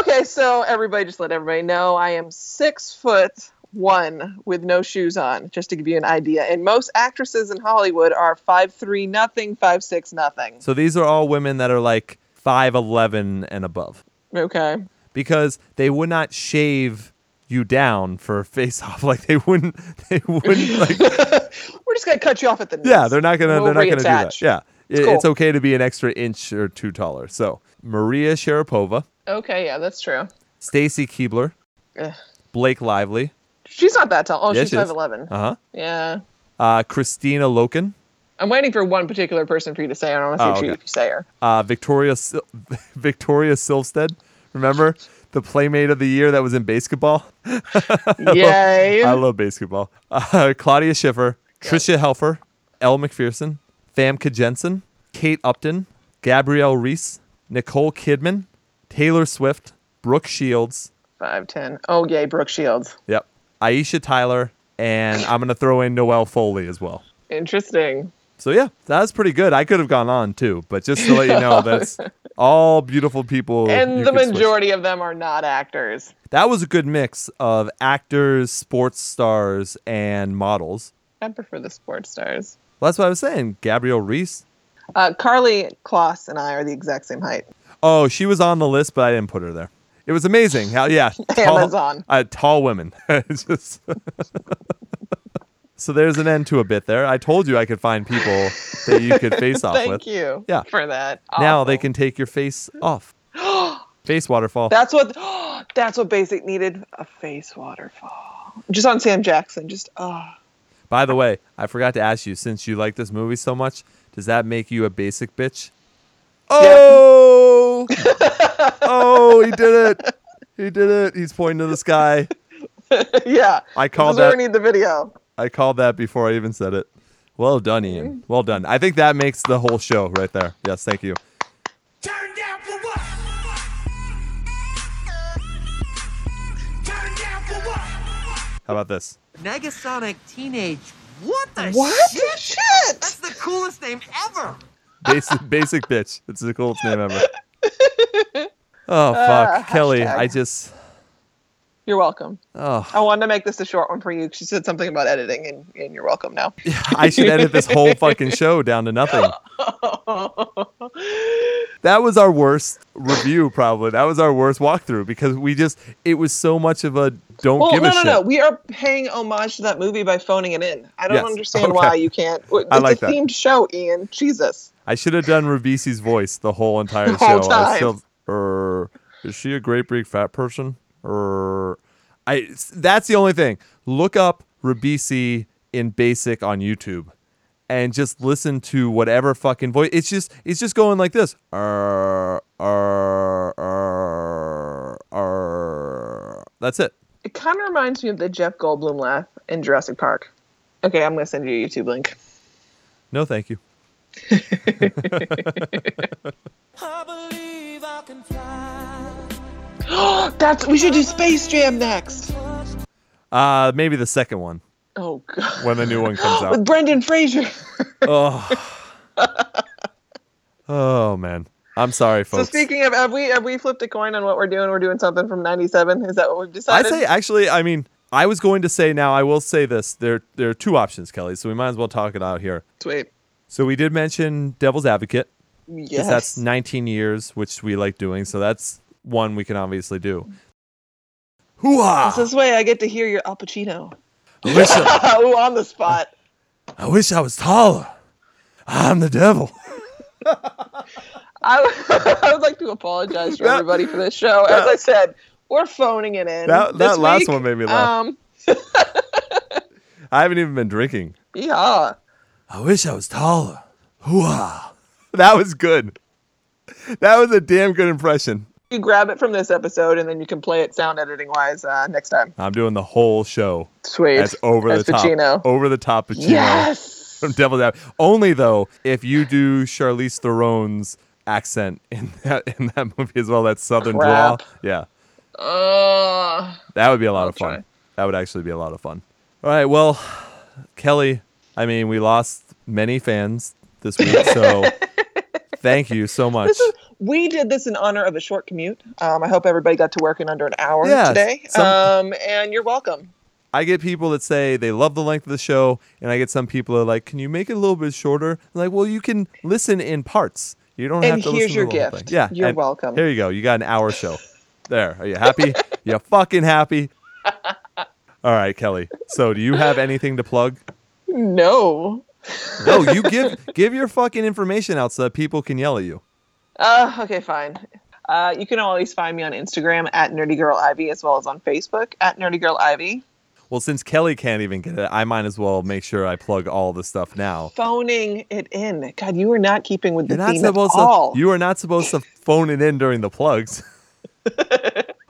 S10: Okay, so everybody, just let everybody know I am six foot one with no shoes on, just to give you an idea. And most actresses in Hollywood are five three nothing, five six nothing.
S9: So these are all women that are like 5'11 and above.
S10: Okay.
S9: because they would not shave you down for a face off like they wouldn't they wouldn't like
S10: We're just gonna cut you off at the
S9: yeah they're not gonna
S10: We'll
S9: they're not gonna do that
S10: reattach.
S9: yeah
S10: It's
S9: It- it's
S10: cool.
S9: okay to be an extra inch or two taller so maria sharapova
S10: Okay, yeah, that's true.
S9: stacy keebler
S10: Ugh.
S9: blake lively
S10: She's not that tall. Oh,
S9: Yeah,
S10: she's
S9: she is.
S10: five eleven.
S9: uh-huh
S10: Yeah.
S9: uh christina loken
S10: I'm waiting for one particular person for you to say. I don't want to see
S9: Oh,
S10: if, you,
S9: okay.
S10: if you say her.
S9: uh victoria Sil- victoria silvstead remember the playmate of the year that was in basketball
S10: Yay.
S9: I love basketball. Uh, Claudia Schiffer, Tricia Helfer, Elle McPherson, Famke Jensen, Kate Upton, Gabrielle Reese, Nicole Kidman, Taylor Swift, Brooke Shields.
S10: Five ten. Oh yay, Brooke Shields.
S9: Yep. Aisha Tyler, and I'm gonna throw in Noelle Foley as well.
S10: Interesting.
S9: So yeah, that was pretty good. I could have gone on too, but just to let you know, that's all beautiful people. you
S10: and the
S9: could switch.
S10: majority of them are not actors.
S9: That was a good mix of actors, sports stars, and models.
S10: I prefer the sports stars.
S9: Well, that's what I was saying. Gabrielle Reese,
S10: Uh, Carly Kloss and I are the exact same height.
S9: Oh, she was on the list, but I didn't put her there. It was amazing. How yeah, tall,
S10: Amazon.
S9: Uh, tall women. It's just- So there's an end to a bit there. I told you I could find people that you could face off
S10: Thank
S9: with.
S10: you
S9: Yeah.
S10: for that.
S9: Now they can take your face off. face waterfall.
S10: That's what that's what Basic needed a face waterfall. Just on Sam Jackson. Just ah.
S9: By the way, I forgot to ask you since you like this movie so much, does that make you a basic bitch? Oh, oh, he did it. He did it. He's pointing to the sky.
S10: yeah.
S9: I called
S10: this is where
S9: that-
S10: we need the video.
S9: I called that before I even said it. Well done, Ian. Well done. I think that makes the whole show right there. Yes, thank you. How about this?
S12: Negasonic Teenage. What the
S10: What?
S12: shit?
S10: Shit!
S12: That's the coolest name ever.
S9: Basic, basic bitch. It's the coolest name ever. Oh fuck,
S10: Ah,
S9: Kelly.
S10: hashtag.
S9: I just.
S10: You're welcome.
S9: Oh,
S10: I wanted to make this a short one for you. She said something about editing, and, and you're welcome now.
S9: I should edit this whole fucking show down to nothing. That was our worst review, probably. That was our worst walkthrough because we just it was so much of a don't
S10: well,
S9: give
S10: no,
S9: a
S10: no,
S9: shit.
S10: no. We are paying homage to that movie by phoning it in. I don't
S9: Yes.
S10: understand
S9: Okay.
S10: why you can't. It's
S9: I like
S10: a
S9: that.
S10: themed show, Ian. Jesus.
S9: I should have done Ravisi's voice the whole entire
S10: The whole
S9: show. I was
S10: time.
S9: still, "Er, is she a great big fat person? Er, I. That's the only thing. Look up Ravisi in basic on YouTube, and just listen to whatever fucking voice. It's just it's just going like this. Er, er, er, er. That's it.
S10: It kind of reminds me of the Jeff Goldblum laugh in Jurassic Park. Okay, I'm going to send you a YouTube link.
S9: No, thank you.
S10: That's we should do Space Jam next.
S9: Uh maybe the second one
S10: Oh god.
S9: when the new one comes
S10: With
S9: out.
S10: Brendan Fraser.
S9: oh. oh man, I'm sorry,
S10: So
S9: folks.
S10: speaking of, have we have we flipped a coin on what we're doing? We're doing something from '97. Is that what we've
S9: I
S10: decided?
S9: say actually, I mean, I was going to say now. I will say this: there there are two options, Kelly. So we might as well talk it out here.
S10: Sweet.
S9: So we did mention Devil's Advocate. 'cause
S10: Yes.
S9: That's 19 years, which we like doing. So that's one we can obviously do. Hoo-ah!
S10: This is the way I get to hear your Al Pacino.
S9: I wish I,
S10: Ooh, on the spot.
S9: I wish I was taller. I'm the devil.
S10: I, w- I would like to apologize to everybody for this show. As I said, we're phoning it in.
S9: That-
S10: This
S9: that last
S10: week,
S9: one made me laugh.
S10: Um,
S9: I haven't even been drinking.
S10: yeah.
S9: I wish I was taller. Hoo-ah! That was good. That was a damn good impression.
S10: You grab it from this episode and then you can play it sound editing wise uh, next time.
S9: I'm doing the whole show.
S10: Sweet.
S9: That's over
S10: As
S9: the top.
S10: Pacino.
S9: Over the top Pacino.
S10: Yes!
S9: From Devil's Advocate. Only though, if you do Charlize Theron's accent in that in that movie as well, that southern drawl.
S10: Crap.
S9: Yeah.
S10: Uh,
S9: That would be a lot of fun. That would actually be a lot of fun. All right, well, Kelly, I mean, we lost many fans this week, so thank you so much.
S10: we did this in honor of a short commute. Um, I hope everybody got to work in under an hour
S9: Yes,
S10: today.
S9: some-
S10: Um, and you're welcome.
S9: I get people that say they love the length of the show, and I get some people that are like, "Can you make it a little bit shorter?" I'm like, well, you can listen in parts. You don't
S10: And
S9: have to
S10: here's
S9: listen
S10: your
S9: to the whole
S10: gift.
S9: thing. Yeah,
S10: You're
S9: and
S10: welcome.
S9: There you go. You got an hour show. There. Are you happy? you fucking happy? All right, Kelly. So, do you have anything to plug?
S10: No.
S9: No, you give give your fucking information out so that people can yell at you.
S10: Uh, okay, fine. Uh, you can always find me on Instagram at Nerdy Girl Ivy as well as on Facebook at Nerdy Girl Ivy.
S9: Well, since Kelly can't even get it, I might as well make sure I plug all the stuff now.
S10: Phoning it in. God, you are not keeping with the
S9: You're not
S10: theme at
S9: supposed
S10: all.
S9: to. You are not supposed to phone it in during the plugs.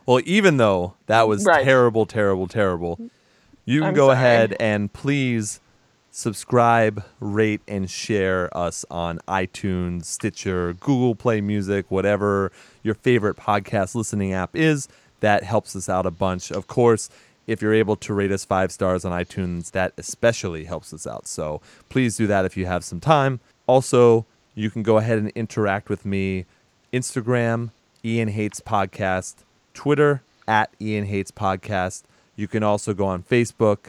S9: well, even though that was
S10: Right.
S9: terrible, terrible, terrible, you can
S10: I'm
S9: go
S10: sorry.
S9: ahead and please subscribe, rate, and share us on iTunes, Stitcher, Google Play Music, whatever your favorite podcast listening app is. That helps us out a bunch. Of course, if you're able to rate us five stars on iTunes, that especially helps us out. So please do that if you have some time. Also, you can go ahead and interact with me Instagram, Ian Hates Podcast, Twitter, at Ian Hates Podcast. You can also go on Facebook,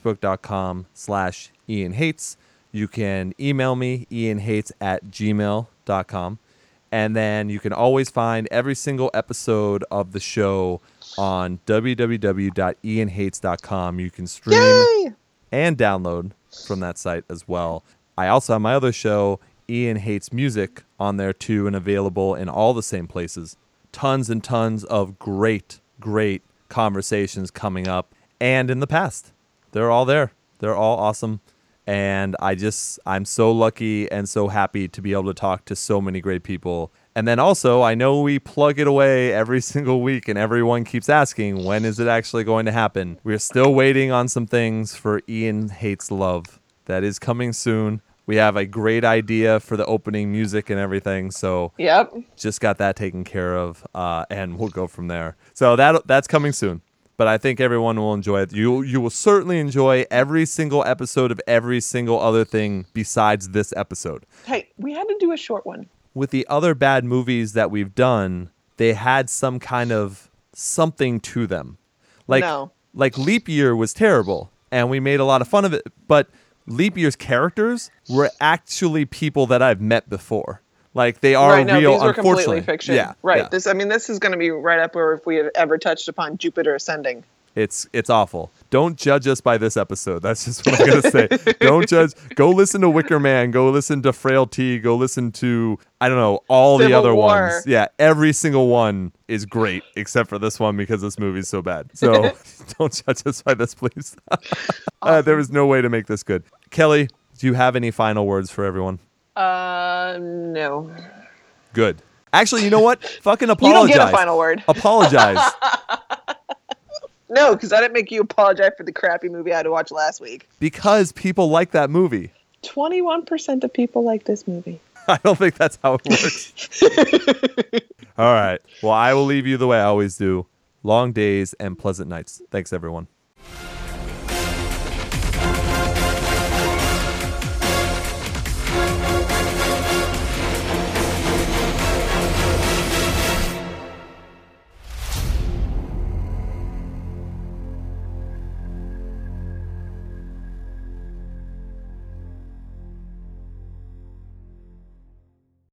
S9: facebook.com slash Ian Hates. You can email me, ianhates at gmail.com. And then you can always find every single episode of the show on www.ianhates.com. You can stream
S10: Yay!
S9: and download from that site as well. I also have my other show, Ian Hates Music, on there too and available in all the same places. Tons and tons of great, great conversations coming up and in the past. They're all there. They're all awesome. And I just, I'm so lucky and so happy to be able to talk to so many great people. And then also, I know we plug it away every single week, and everyone keeps asking, when is it actually going to happen? We're still waiting on some things for Ian Hates Love. That is coming soon. We have a great idea for the opening music and everything. So,
S10: Yep.
S9: just got that taken care of, uh, and we'll go from there. So that that's coming soon, but I think everyone will enjoy it. You you will certainly enjoy every single episode of every single other thing besides this episode.
S10: Hey, we had to do a short one.
S9: With the other bad movies that we've done, they had some kind of something to them, like
S10: No.
S9: like Leap Year was terrible, and we made a lot of fun of it, but. Leap Year's characters were actually people that I've met before. Like they are
S10: right, no,
S9: real.
S10: these were completely
S9: unfortunately,
S10: fiction.
S9: yeah,
S10: right.
S9: yeah.
S10: This, I mean, this is going to be right up where if we had ever touched upon Jupiter ascending.
S9: It's it's awful. Don't judge us by this episode. That's just what I'm gonna say. Don't judge. Go listen to Wicker Man. Go listen to Frailty. Go listen to I don't know all the
S10: Civil
S9: other
S10: War.
S9: ones. Yeah, every single one is great except for this one because this movie's so bad. So don't judge us by this, please. uh, there was no way to make this good. Kelly, do you have any final words for everyone?
S10: Uh, no.
S9: Good. Actually, you know what? Fucking
S10: You don't
S9: apologize.
S10: get a final word.
S9: Apologize.
S10: No, because I didn't make you apologize for the crappy movie I had to watch last week.
S9: because people like that movie.
S10: Twenty-one percent of people like this movie.
S9: I don't think that's how it works. All right. Well, I will leave you the way I always do. Long days and pleasant nights. Thanks, everyone.